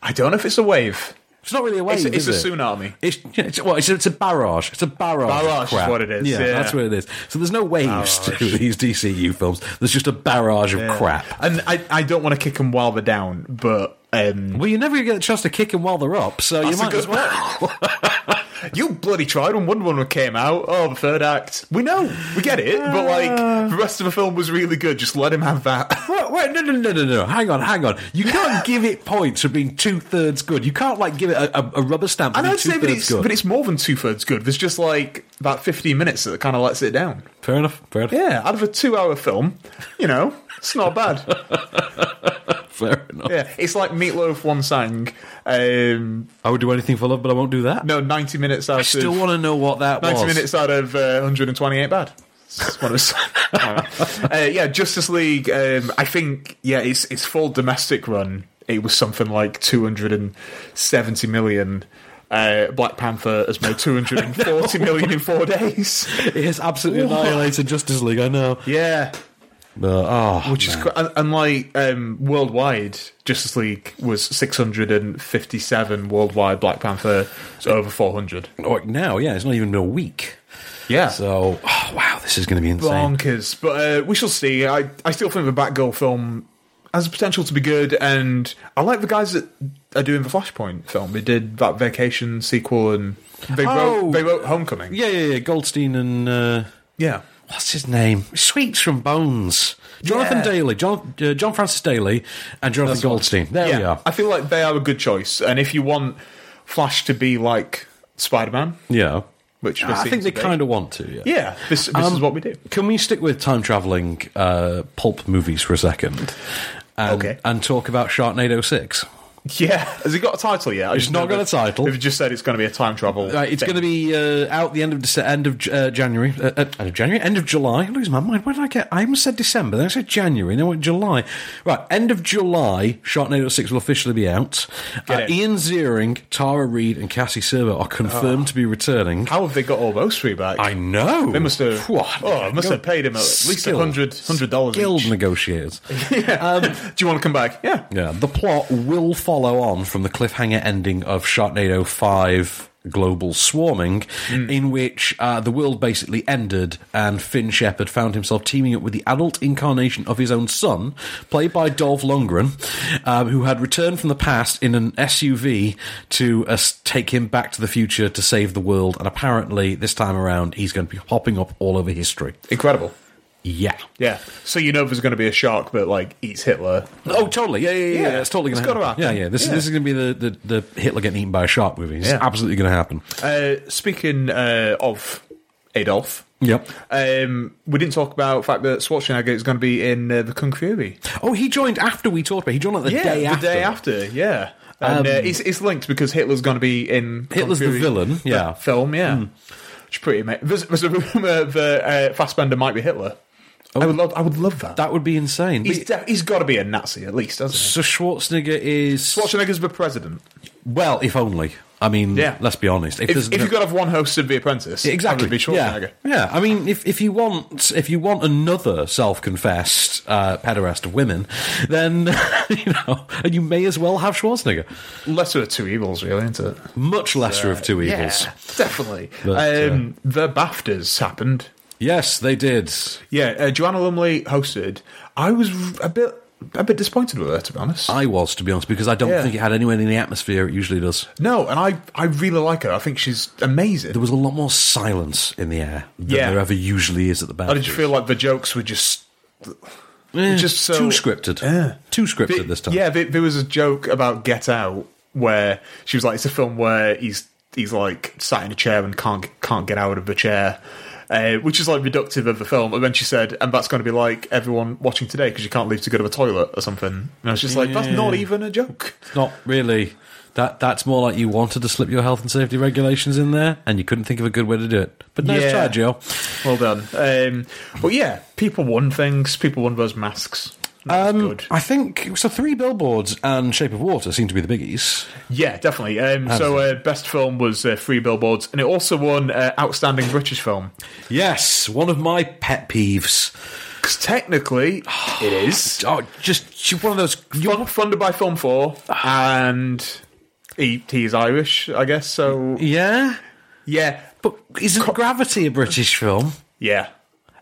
I don't know if it's a wave.
It's not really a wave.
It's a- it's
is
a
it?
tsunami.
It's, yeah, it's, well, it's, a- it's a barrage. It's a barrage. of
Barrage is
crap.
what it is,
Yeah,
yeah.
that's what it is. So there's no waves to these DCU films. There's just a barrage of crap.
And I, I don't want to kick them while they're down, but um,
Well, you never get a chance to kick him while they're up, so you
That's a
might
good
as well.
you bloody tried when Wonder Woman came out. Oh, the third act. We know, we get it, but like the rest of the film was really good. Just let him have that.
Wait, wait, no, no, no, no, no. Hang on, hang on. You can't give it points for being two thirds good. You can't like give it a, a, a rubber stamp. For
And
being
I'd say,
two
but
thirds
it's,
good.
but it's more than two thirds good. There's just like about 15 minutes that kind of lets it down.
fair enough. Fair enough.
Yeah, out of a two hour film, you know, it's not bad.
Fair enough.
Yeah, it's like Meatloaf One sang, um,
I would do anything for love, but I won't do that.
no, 90 minutes out
I still
of.
want to know what that
90
was.
minutes out of uh, 128 bad. It's one of his- uh, yeah, Justice League. Um, I think yeah, its its full domestic run. It was something like 270 million. Uh, Black Panther has made 240 million in four days.
It has absolutely annihilated Justice League. I know. ah,
Yeah, Which is qu- and, and like um, worldwide, Justice League was 657 worldwide. Black Panther is over 400.
Like now, yeah, it's not even a week.
Yeah.
So, oh, wow, this is going to be insane.
Bonkers, but uh, we shall see. I, I still think the Batgirl film has the potential to be good, and I like the guys that are doing the Flashpoint film. They did that Vacation sequel, and they
Oh.
wrote they wrote Homecoming.
Yeah, yeah, yeah. Goldstein and uh,
yeah,
what's his name? Sweets from Bones. Jonathan
Yeah.
Daly, John, uh, John Francis Daly, and Jonathan Goldstein. There we
yeah,
are.
I feel like they are a good choice, and if you want Flash to be like Spider Man,
Yeah.
which
I think they kind of want to. Yeah.
yeah, this this
Um,
is what we do.
Can we stick with time traveling uh, pulp movies for a second? And,
Okay.
And talk about Sharknado Six.
Yeah, has it got a title yet? I
It's
just
not
know
got a
that
title.
They've just said it's going to be a time travel.
Right, it's
thing.
going to be uh, out the end of Dece- end of uh, January, uh, uh, end of January, end of July. I lose my mind. Where did I get? I even said December, then I said January, then I went July. Right, end of July, Sharknado Six will officially be out. Uh, Ian Ziering, Tara Reid, and Cassie Servo are confirmed to be returning.
Ah. How have they got all those three back?
I know.
They must have. oh, I must have paid him at least a
Skill.
hundred hundred dollars.
Skilled negotiators.
Do you want to come back? Yeah.
Yeah, the plot will follow on from the cliffhanger ending of Sharknado 5 Global Swarming, in which uh, the world basically ended and Finn Shepard found himself teaming up with the adult incarnation of his own son, played by Dolph Lundgren, um, who had returned from the past in an SUV to uh, s- take him back to the future to save the world. And apparently, this time around, he's going to be hopping up all over history.
Incredible.
Yeah.
Yeah. So you know there's going to be a shark that like eats Hitler.
Oh, totally. Yeah, yeah, yeah.
Yeah,
yeah. It's totally
it's
going to
gotta
happen. Yeah,
happen.
yeah. This is
Yeah.
this is going to be the, the the Hitler getting eaten by a shark movie. It's
Yeah.
absolutely going to happen.
Uh, speaking uh, of Adolf,
Yep.
um, we didn't talk about the fact that Schwarzenegger is going to be in uh, the Kung Fury.
Oh, he joined after we talked about. it. He joined like the
yeah,
day
the
after.
day after. Yeah. And uh,
Um,
it's, it's linked because Hitler's going to be in Kung
Hitler's the
Fury,
villain,
the
yeah. Hmm.
film. Yeah. Which is pretty amazing. There's, there's a rumor that uh, Fassbender might be Hitler. I would love. I would love that.
Oh. That would be insane.
He's,
But-
de- he's got to be a Nazi at least, hasn't he?
so Schwarzenegger is
Schwarzenegger's the president.
well, if only. I mean,
Yeah.
let's be honest.
If,
there's
if
no-
you've got to have one host of The Apprentice,
exactly,
that would be
yeah,
Schwarzenegger.
yeah. I mean, if, if you want if you want another self-confessed uh, pederast of women, then you know, and you may as well have Schwarzenegger.
Lesser of two evils, really, isn't it?
Much lesser of two evils.
Yeah, definitely.
But,
um, The BAFTAs happened.
Yes, they did.
Yeah, uh, Joanna Lumley hosted. I was a bit a bit disappointed with her, to be honest.
I was, to be honest, because I don't
Yeah.
think it had anywhere in the atmosphere it usually does.
no, and I I really like her. I think she's amazing.
There was a lot more silence in the air than
Yeah.
there ever usually is at the back.
I just feel like the jokes were just just so-
too scripted.
Yeah.
Too scripted
Th-
this time.
Yeah, th- there was a joke about Get Out where she was like, "It's a film where he's he's like sat in a chair and can't can't get out of the chair." Uh, which is like reductive of the film, and then she said, "And that's going to be like everyone watching today because you can't leave to go to the toilet or something." And I was just like, "That's not even a joke."
It's not really. That that's more like you wanted to slip your health and safety regulations in there, and you couldn't think of a good way to do it. But nice
Yeah.
try, Joe.
Well done. Um, but yeah, people won things. People won those masks. That was good.
I think so. Three billboards and Shape of Water seem to be the biggies.
Yeah, definitely. Um, so, uh, best film was uh, Three Billboards, and it also won uh, Outstanding British Film.
Yes, one of my pet peeves.
Because technically, it is.
Oh, just one of those.
Fun- funded by Film 4, and he, he is Irish, I guess, so.
Yeah,
Yeah.
but isn't Gravity a British film?
Yeah.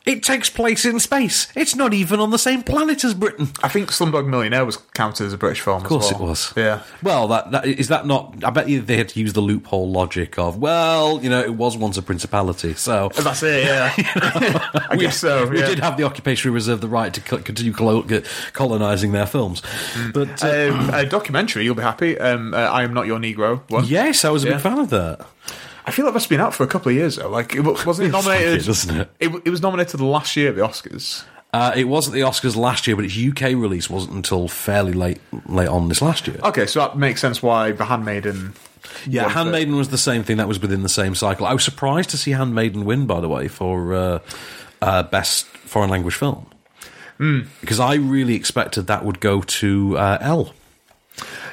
It takes place in space. It's not even on the same planet as Britain.
I think Slumdog Millionaire was counted as a British film
Of course
as well.
it was.
Yeah.
Well, that, that is that not? I bet you they had to use the loophole logic of well, you know, it was once a principality, so
That's it, yeah. I guess so,
we
yeah.
did have the occupational reserve the right to co- continue colo- colonizing their films. But uh,
um, a documentary, you'll be happy. Um, uh, I Am Not Your Negro. What?
yes, I was a
Yeah.
big fan of that.
I feel like that's been out for a couple of years, though. Like, it, wa- wasn't it
Feels like
nominated?
it, doesn't it?
It, w- it was nominated last year at the Oscars.
Uh, it wasn't the Oscars last year, but its UK release wasn't until fairly late late on this last year.
Okay, so that makes sense why The Handmaiden.
Yeah,
won for-
Handmaiden was the same thing. That was within the same cycle. I was surprised to see Handmaiden win, by the way, for uh, uh, best foreign language film. Because I really expected that would go to uh, L.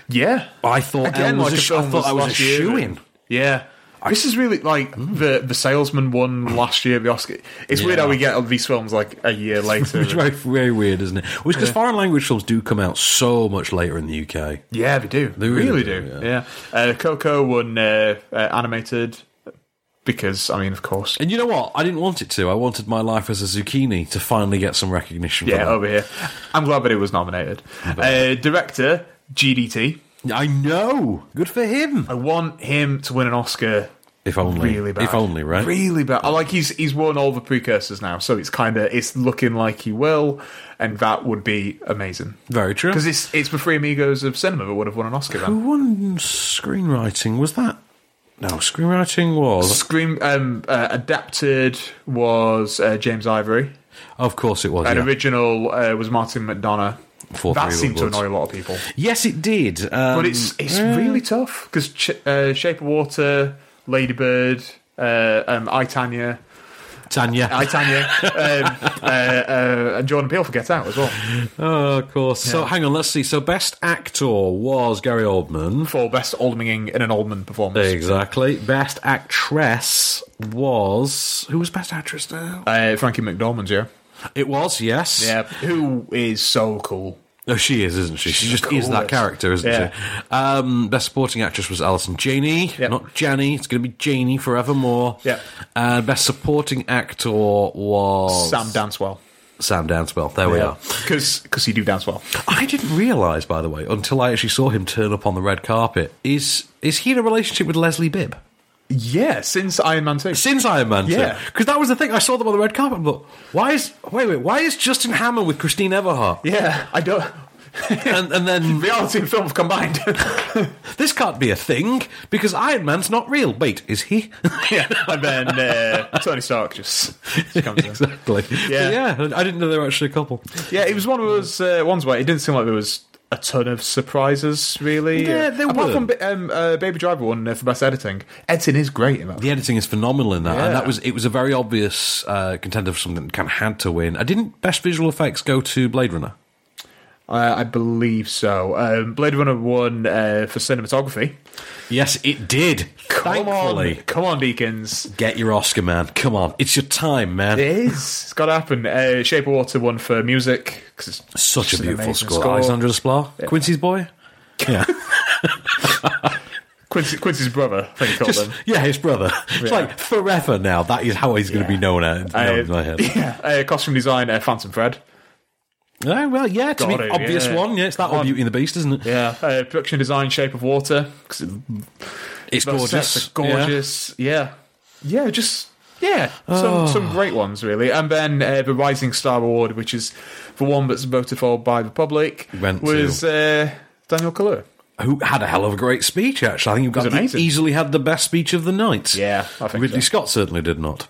Yeah.
I thought
Again,
Elle was
like
a
a
sh-
film
I thought I was
last
a
year.
shoo-in.
Yeah. this is really like the the salesman won last year at the Oscar. It's weird
Yeah.
how we get these films like a year later.
It's very, very weird, isn't it? Which because
Yeah.
foreign language films do come out so much later in the UK.
Yeah, they do. They really, do. Yeah. Uh, Coco won uh, uh, animated because I mean, of course.
And you know what? I didn't want it to. I wanted my life as a zucchini to finally get some recognition. for
Yeah,
that.
over here. I'm glad that it was nominated. Uh, director GDT.
I know. Good for him.
I want him to win an Oscar.
If only.
Really bad.
If only, right?
Really bad. I Like he's he's won all the precursors now, so it's kind of it's looking like he will, and that would be amazing.
Very true.
Because it's it's the Three Amigos of cinema that would have won an Oscar.
Who
Then.
won screenwriting? Was that? No, screenwriting was.
Scream um, uh, adapted was uh, James Ivory.
Of course, it was.
An
yeah.
original uh, was Martin McDonough.
For
that
Three
seemed to
Billboards.
annoy a lot of people.
Yes, it did. Um,
but it's it's
yeah.
really tough because Ch- uh, Shape of Water, Ladybird, uh, um, I Tanya,
Tanya,
I Tanya, um, uh, uh, and Jordan Peele for Get Out as well.
Oh, of course. So hang on, let's see. So best actor was Gary Oldman
for best Oldmaning in an Oldman performance.
Exactly. Best actress was who was best actress now?
Uh, Frankie McDormand, yeah.
It was yes.
Yeah, who is so cool.
Oh, she is, isn't she? She
She's
just
the
is that
coolest.
character, isn't
Yeah.
she? Um, best supporting actress was Alison Janney, not Janney. It's going to be Janney forevermore.
Yep.
And best supporting actor was
Sam Dancewell.
Sam Dancewell. There we are.
Because he do dance well.
I didn't realise, by the way, until I actually saw him turn up on the red carpet. Is is he in a relationship with Leslie Bibb?
Yeah, since Iron Man 2.
Since Iron Man 2.
Yeah.
Because that was the thing. I saw them on the red carpet. But why is wait wait why is Justin Hammond with Christine Everhart?
Yeah, I don't.
and and then
reality and film combined.
this can't be a thing because Iron Man's not real. Wait, is he?
yeah, and then uh, Tony Stark just, just comes in.
exactly. Yeah. yeah, I didn't know they were actually a couple.
Yeah, it was one of those uh, ones where it didn't seem like there was a ton of surprises, really.
Yeah,
Uh,
there
Apart
were.
from um, uh, Baby Driver won uh, for best editing. Editing is great in that.
The editing is phenomenal in that, and that
Yeah.
was it was a very obvious uh, contender for something that kind of had to win. I didn't best visual effects go to Blade Runner.
Uh, I believe so. Um, Blade Runner won uh, for cinematography.
Yes, it did.
Come
Thankfully.
on, come on, Deacons.
Get your Oscar, man. Come on, it's your time, man.
It is. It's got to happen. Uh, Shape of Water won for music 'cause it's
Such
just
a
an
beautiful
amazing
score. Alexandra Desplat, Quincy's boy. Yeah,
Quincy, Quincy's brother. I think he called
Just-
him.
yeah, his brother. It's
Yeah.
like forever now. That is how he's going to be known, out, known
Uh,
in my head.
Yeah. Uh, costume design. Uh, Phantom Fred.
Oh well, yeah, to
Got
me,
it,
obvious
yeah.
one. Yeah, it's that or Beauty and the Beast, isn't it?
Yeah. Uh, production design. Shape of Water. 'cause it-
It's
those
gorgeous.
sets are gorgeous. Yeah. yeah. just yeah. Some
Oh.
some great ones really. And then uh, the Rising Star Award, which is the one that's voted for by the public,
Went to-
was uh, Daniel Kaluuya.
Who had a hell of a great speech? Actually, I think you've
It was
got he
amazing.
easily had the best speech of the night.
Yeah, I think
Ridley
so.
Scott certainly did not.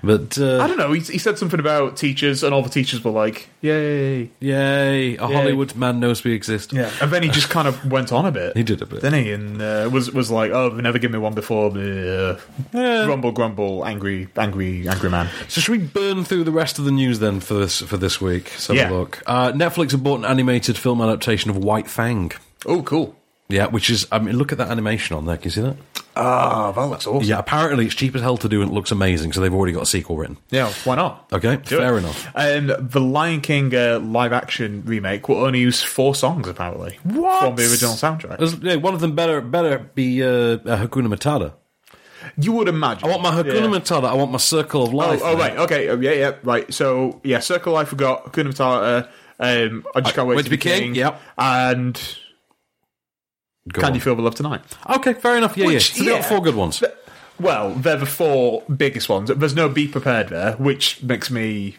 But uh,
I don't know. He, he said something about teachers, and all the teachers were like, "Yay!"
Yay, a
Yay.
Hollywood man knows we exist.
And then he just kind of went on a bit.
He did a bit.
Then he and uh, was was like, "Oh, they never give me one before." bleh." Grumble, grumble, angry, angry, angry man.
So should we burn through the rest of the news then for this for this week? So
Yeah.
look, uh, Netflix have bought an animated film adaptation of White Fang.
Oh, cool.
Yeah, which is I mean, look at that animation on there. Can you see that?
Ah, that looks awesome.
Yeah, apparently it's cheap as hell to do and it looks amazing. So they've already got a sequel written.
Yeah, why not?
Okay,
Do it.
fair enough.
Um, the Lion King uh, live action remake will only use four songs apparently
What?
from the original soundtrack.
There's- yeah, one of them better better be uh, uh, Hakuna Matata.
You would imagine.
I want my Hakuna Matata. I want my Circle of
Oh,
Life.
oh,
mate.
right, okay, oh, yeah, yeah, right. So yeah, Circle Life we got Hakuna Matata. Um, I
Uh,
just can't wait, to be king.
yep.
and
Go
Can
on.
you feel the love tonight?
Okay, fair enough. Yeah,
Which,
yeah. So they got
yeah.
four good ones.
Well, they're the four biggest ones. There's no be prepared there, which makes me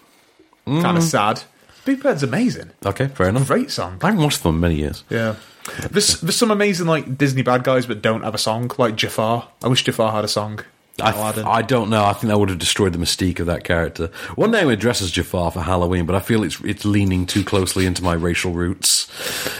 Mm.
kind of sad. Be prepared's amazing.
Okay, fair enough.
Great song.
I haven't watched them in many years.
Yeah. There's, there's some amazing like Disney bad guys but don't have a song, like Jafar. I wish Jafar had a song.
I,
Aladdin.
I don't know. I think that would have destroyed the mystique of that character. One day we dress as Jafar for Halloween, but I feel it's it's leaning too closely into my racial roots.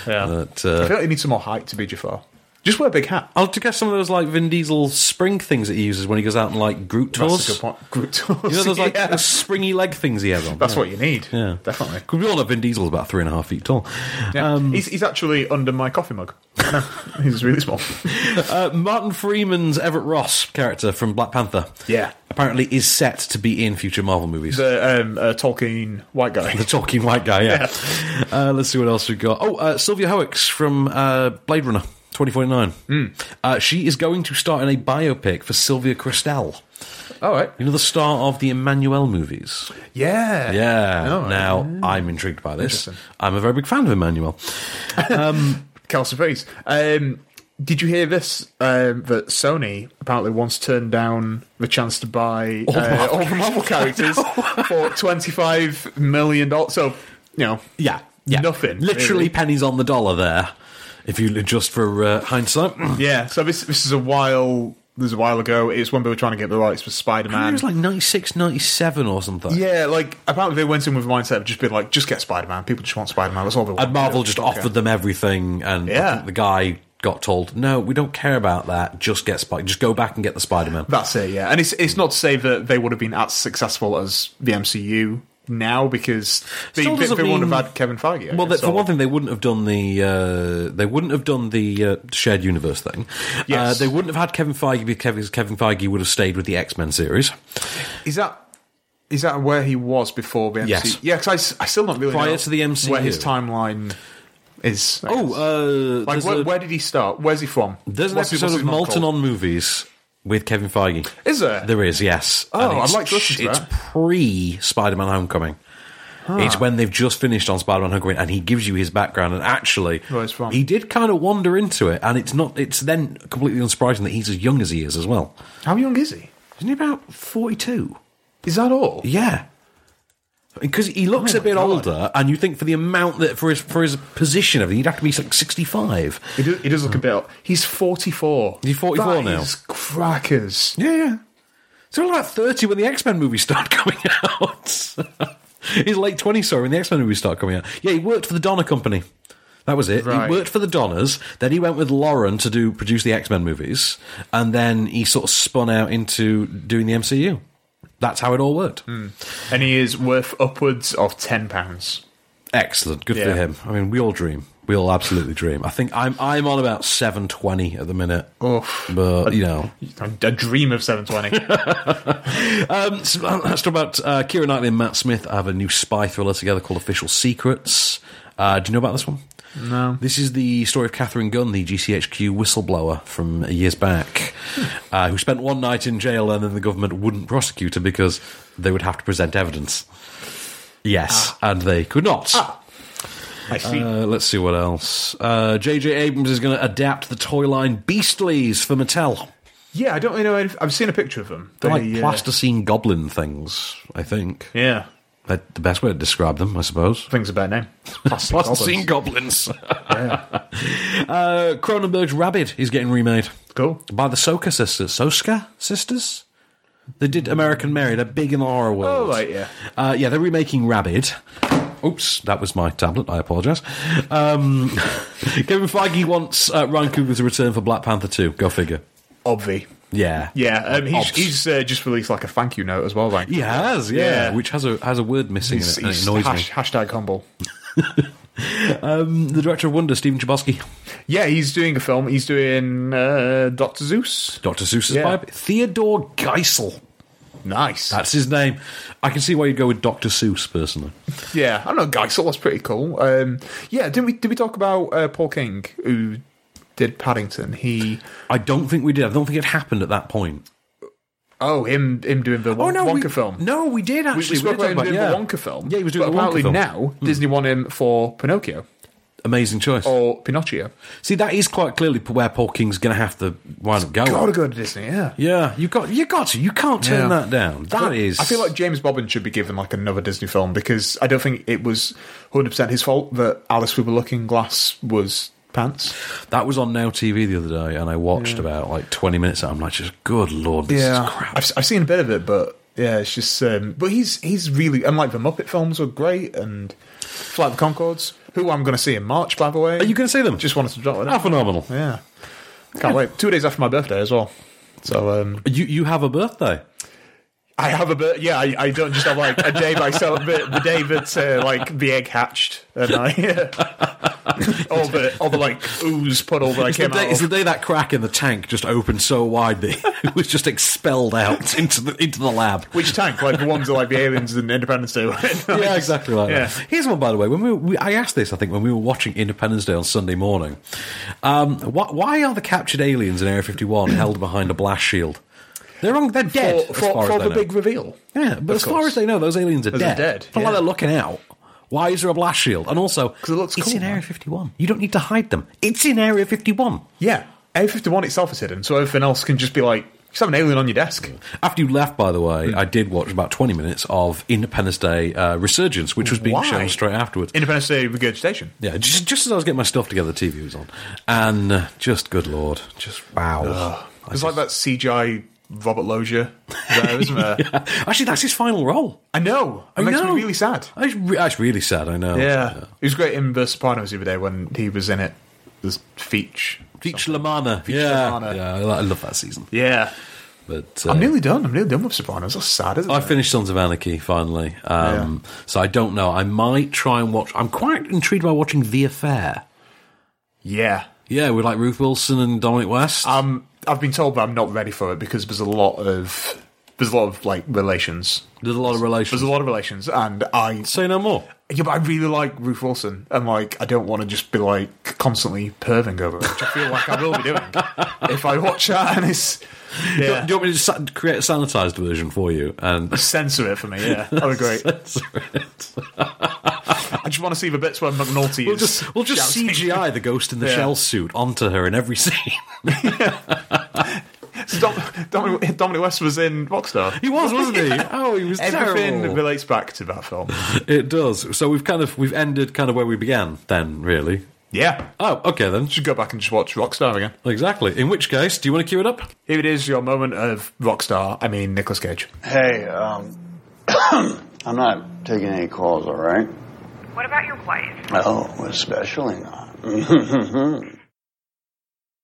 Yeah.
That,
I
uh,
feel like they need some more hype to be Jafar. Just wear a big hat.
I'll to guess some of those like Vin Diesel spring things that he uses when he goes out and like Groot
That's a
tours.
good point. Groot tours,
You know those like
yeah.
springy leg things he has on.
That's
Yeah.
what you need.
Yeah,
definitely.
Because we all know Vin Diesel's about three and a half feet tall. Uh,
Yeah.
Um,
he's, he's actually under my coffee mug. No, he's really small.
uh, Martin Freeman's Everett Ross character from Black Panther.
Yeah.
Apparently is set to be in future Marvel movies.
The um, uh, Tolkien white guy.
The talking white guy, yeah. Uh, let's see what else we've got. Oh, uh, Sylvia Hoeks from uh, Blade Runner 2049.
Hmm.
Uh, she is going to star in a biopic for Sylvia Kristel.
All right.
You know, the star of the Emmanuel movies.
Yeah.
Yeah.
All right.
Now, I'm intrigued by this.
Oh, Interesting.
I'm a very big fan of Emmanuel.
Um, Kelsey Face. Um, did you hear this? Um, that Sony apparently once turned down the chance to buy
All
uh,
Marvel
all the Marvel characters for twenty-five million dollars. So you know,
yeah, yeah.
nothing.
Literally
really.
pennies on the dollar there, if you adjust for uh, hindsight.
Yeah. So this this is a while. This is a while ago. It's when we were trying to get the rights for
it
Spider-Man.
was like 96, 97 or something.
Yeah, like apparently they went in with a mindset of just being like, just get Spider Man. People just want Spider Man. That's all they want.
And Marvel just
Okay.
offered them everything, and I
Yeah.
think the guy got told, "No, we don't care about that. Just get Spider. Just go back and get the Spider Man."
That's it. Yeah, and it's it's not to say that they would have been as successful as the MCU now because they,
Still
they,
doesn't
they wouldn't
mean-
have had Kevin Feige. I
Well,
guess,
that, for
or-
one thing, they wouldn't have done the uh, they wouldn't have done the uh, shared universe thing.
Yes.
Uh, they wouldn't have had Kevin Feige because Kevin Feige would have stayed with the X Men series.
is that is that where he was before the MCU?
Yes.
Yeah, because I, s- I still not really
Prior
know
to the MCU.
where his timeline is. I guess.
Oh, uh,
like
there's
where,
a-
where did he start? Where's he from?
There's an
What's his-
episode
what's
of
his mum
Molten
called?
on Movies with Kevin Feige.
Is there?
There is, yes.
Oh,
And
I'd
it's-
like to listen to
It's
that.
pre Spider Man Homecoming.
Huh.
It's when they've just finished on Spider Man Homecoming and he gives you his background. And actually,
Where he's from.
he did kind of wander into it. And it's not. it's then completely unsurprising that he's as young as he is as well.
How young is he?
Isn't he about 42?
Is that all?
Yeah. Because he looks
Oh
a bit older, and you think for the amount that for his for his position, of it, he'd have to be like sixty five.
He, do, he does look a bit. old. He's forty four.
He's 44 now.
crackers.
Yeah, yeah. He's only about 30 when the X Men movies start coming out. He's late 20s, sorry, when the X Men movies start coming out. Yeah, he worked for the Donner Company. That was it.
Right.
He worked for the Donners. Then he went with Lauren to do produce the X Men movies, and then he sort of spun out into doing the MCU. That's how it all worked.
Hmm. And he is worth upwards of ten pounds.
Excellent. Good for
Yeah.
him. I mean, we all dream. We all absolutely dream. I think I'm I'm on about 720 at the minute.
Oof.
But you know,
A dream of seven twenty.
Um, so, let's talk about uh, Kira Knightley and Matt Smith have a new spy thriller together called Official Secrets. Uh, do you know about this one?
no.
This is the story of Catherine Gunn, the GCHQ whistleblower from years back,
Hmm.
uh, who spent one night in jail and then the government wouldn't prosecute her because they would have to present evidence. Yes,
Ah.
and they could not.
I see.
Uh, let's see what else. Uh, J.J. Abrams is going to adapt the toy line Beastlies for Mattel.
yeah, I don't really know. Anything. I've seen a picture of them.
They're
They,
like
uh,
plasticine goblin things, I think.
Yeah.
That, the best way to describe them, I suppose.
Things about name. Plastic
Plasticine goblins. uh, Cronenberg's Rabbit is getting remade.
Cool.
By the Soka sisters. Soska sisters? They did American Mary. They're big in the horror world.
Oh, right, yeah.
Uh, yeah, they're remaking Rabbit. Oops, that was my tablet. I apologise. Um, Kevin Feige wants uh, Ryan Coogler to return for Black Panther 2. Go figure.
Obvi.
Yeah.
Yeah, um, he's,
Obs.
he's uh, just released like a thank you note as well. Like
He has, yeah,
Yeah.
Which has a has a word missing
he's,
in it, and it
he's
annoys
hash- hashtag humble.
me. Um, the director of Wonder, Stephen Chbosky.
Yeah, he's doing a film. He's doing uh, Doctor Zeus.
Dr. Seuss's
Yeah.
vibe. Theodore Geisel.
Nice.
That's his name. I can see why you'd go with Dr. Seuss personally.
Yeah, I don't know Geisel. That's pretty cool. Um, yeah, didn't we? Did we talk about uh, Paul King who did Paddington? He
I don't think we did. I don't think it happened at that point.
oh him him doing the Won- Wonka
we,
film.
Oh, No, we did
We-
actually.
we spoke
did talk
about him doing
yeah.
the Wonka film. Hmm.
Yeah, he was doing
but
the Wonka
apparently
film.
now Disney want him for Pinocchio
Amazing choice.
or Pinocchio.
See, that is quite clearly where Paul King's going to have to wind up going.
Gotta go to Disney. Yeah.
Yeah, you got you got to. You can't turn
Yeah.
that down.
I
That
feel-
is.
I feel like James Bobbin should be given like another Disney film because I don't think it was 100% his fault that Alice Through the Looking Glass was pants.
that was on Now TV the other day, and I watched about like twenty minutes. And I'm like, just good lord, this is crap.
I've, I've seen a bit of it, but yeah, it's just. Um, but he's he's really and like the Muppet films were great and Flight of the Concords, who I'm going to see in March, by the way.
Are you going to see them?
Just wanted to drop that.
How
out.
phenomenal.
Yeah. Can't wait. Two days after my birthday as well. So um,
you you have a birthday.
I have a birth. Yeah, I, I don't just have like a day myself. The, the day that uh, like the egg hatched, and I all the all the like ooze puddle that I
It's the,
came
day,
out.
it's
Of.
the day that crack in the tank just opened so wide that it was just expelled out into the into the lab.
Which tank? Like the ones that like the aliens in Independence Day were in.
yeah, exactly like
Yeah.
that. Here's one, by the way. When we, we, I asked this, I think when we were watching Independence Day on Sunday morning, um, wh- why are the captured aliens in Area 51 held behind a blast shield? They're wrong. They're dead.
for,
as far
for, for
as
the
they know.
big reveal.
yeah, but as far as they know, those aliens are
They're
dead.
dead,
Not like
yeah.
they're looking out. Why is there a blast shield? And also, because it looks it's in Area 51. You don't need to hide them. It's in Area 51.
Yeah, Area 51 itself is hidden, so everything else can just be like just have an alien on your desk.
After you left, by the way, I did watch about 20 minutes of Independence Day uh, Resurgence, which was being
Why?
shown straight afterwards.
Independence Day regurgitation.
Yeah, just, just as I was getting my stuff together, the TV was on. And uh, just, good lord, just wow.
It's like that CGI Robert Lozier there, isn't there?
Actually, that's his final role.
I know. It
I
makes
know.
me really sad.
That's, re- that's really sad, I know.
Yeah. He was great in The Sopranos the other day when he was in it. There's Feach.
Feach Lamana. yeah. yeah, I lo- I love that season.
Yeah.
But uh,
I'm nearly done. I'm nearly done with Sopranos. That's sad, isn't
I
it?
finished Sons of Anarchy finally. Um, So I don't know. I might try and watch. I'm quite intrigued by watching The Affair.
Yeah.
Yeah, with like Ruth Wilson and Dominic West.
Um, I've been told that I'm not ready for it because there's a lot of there's a lot of like relations.
There's a lot of relations.
There's a lot of relations, and I
say no more.
Yeah, but I really like Ruth Wilson, and like I don't want to just be like constantly perving over it, which I feel like I will be doing if I watch that. And it's
Do you-
yeah,
Do, you want me to sa- create a sanitized version for you and
censor it for me. Yeah, that would be great.
Censor it.
I just want to see the bits where McNulty
We'll
is.
just we'll just
shouting.
CGI the ghost in the
Yeah.
shell suit onto her in every scene.
So Dom- Dominic, Dominic West was in Rockstar.
He was, wasn't he? Oh, he was
Everything
terrible.
relates back to that film.
It does. So we've kind of we've ended kind of where we began then, really.
Yeah.
Oh, okay then.
Should go back and just watch Rockstar again.
Exactly. In which case, do you want to queue it up?
Here it is, your moment of Rockstar. I mean, Nicolas Cage.
Hey, um, I'm not taking any calls, all right?
What about your wife?
Oh, especially not.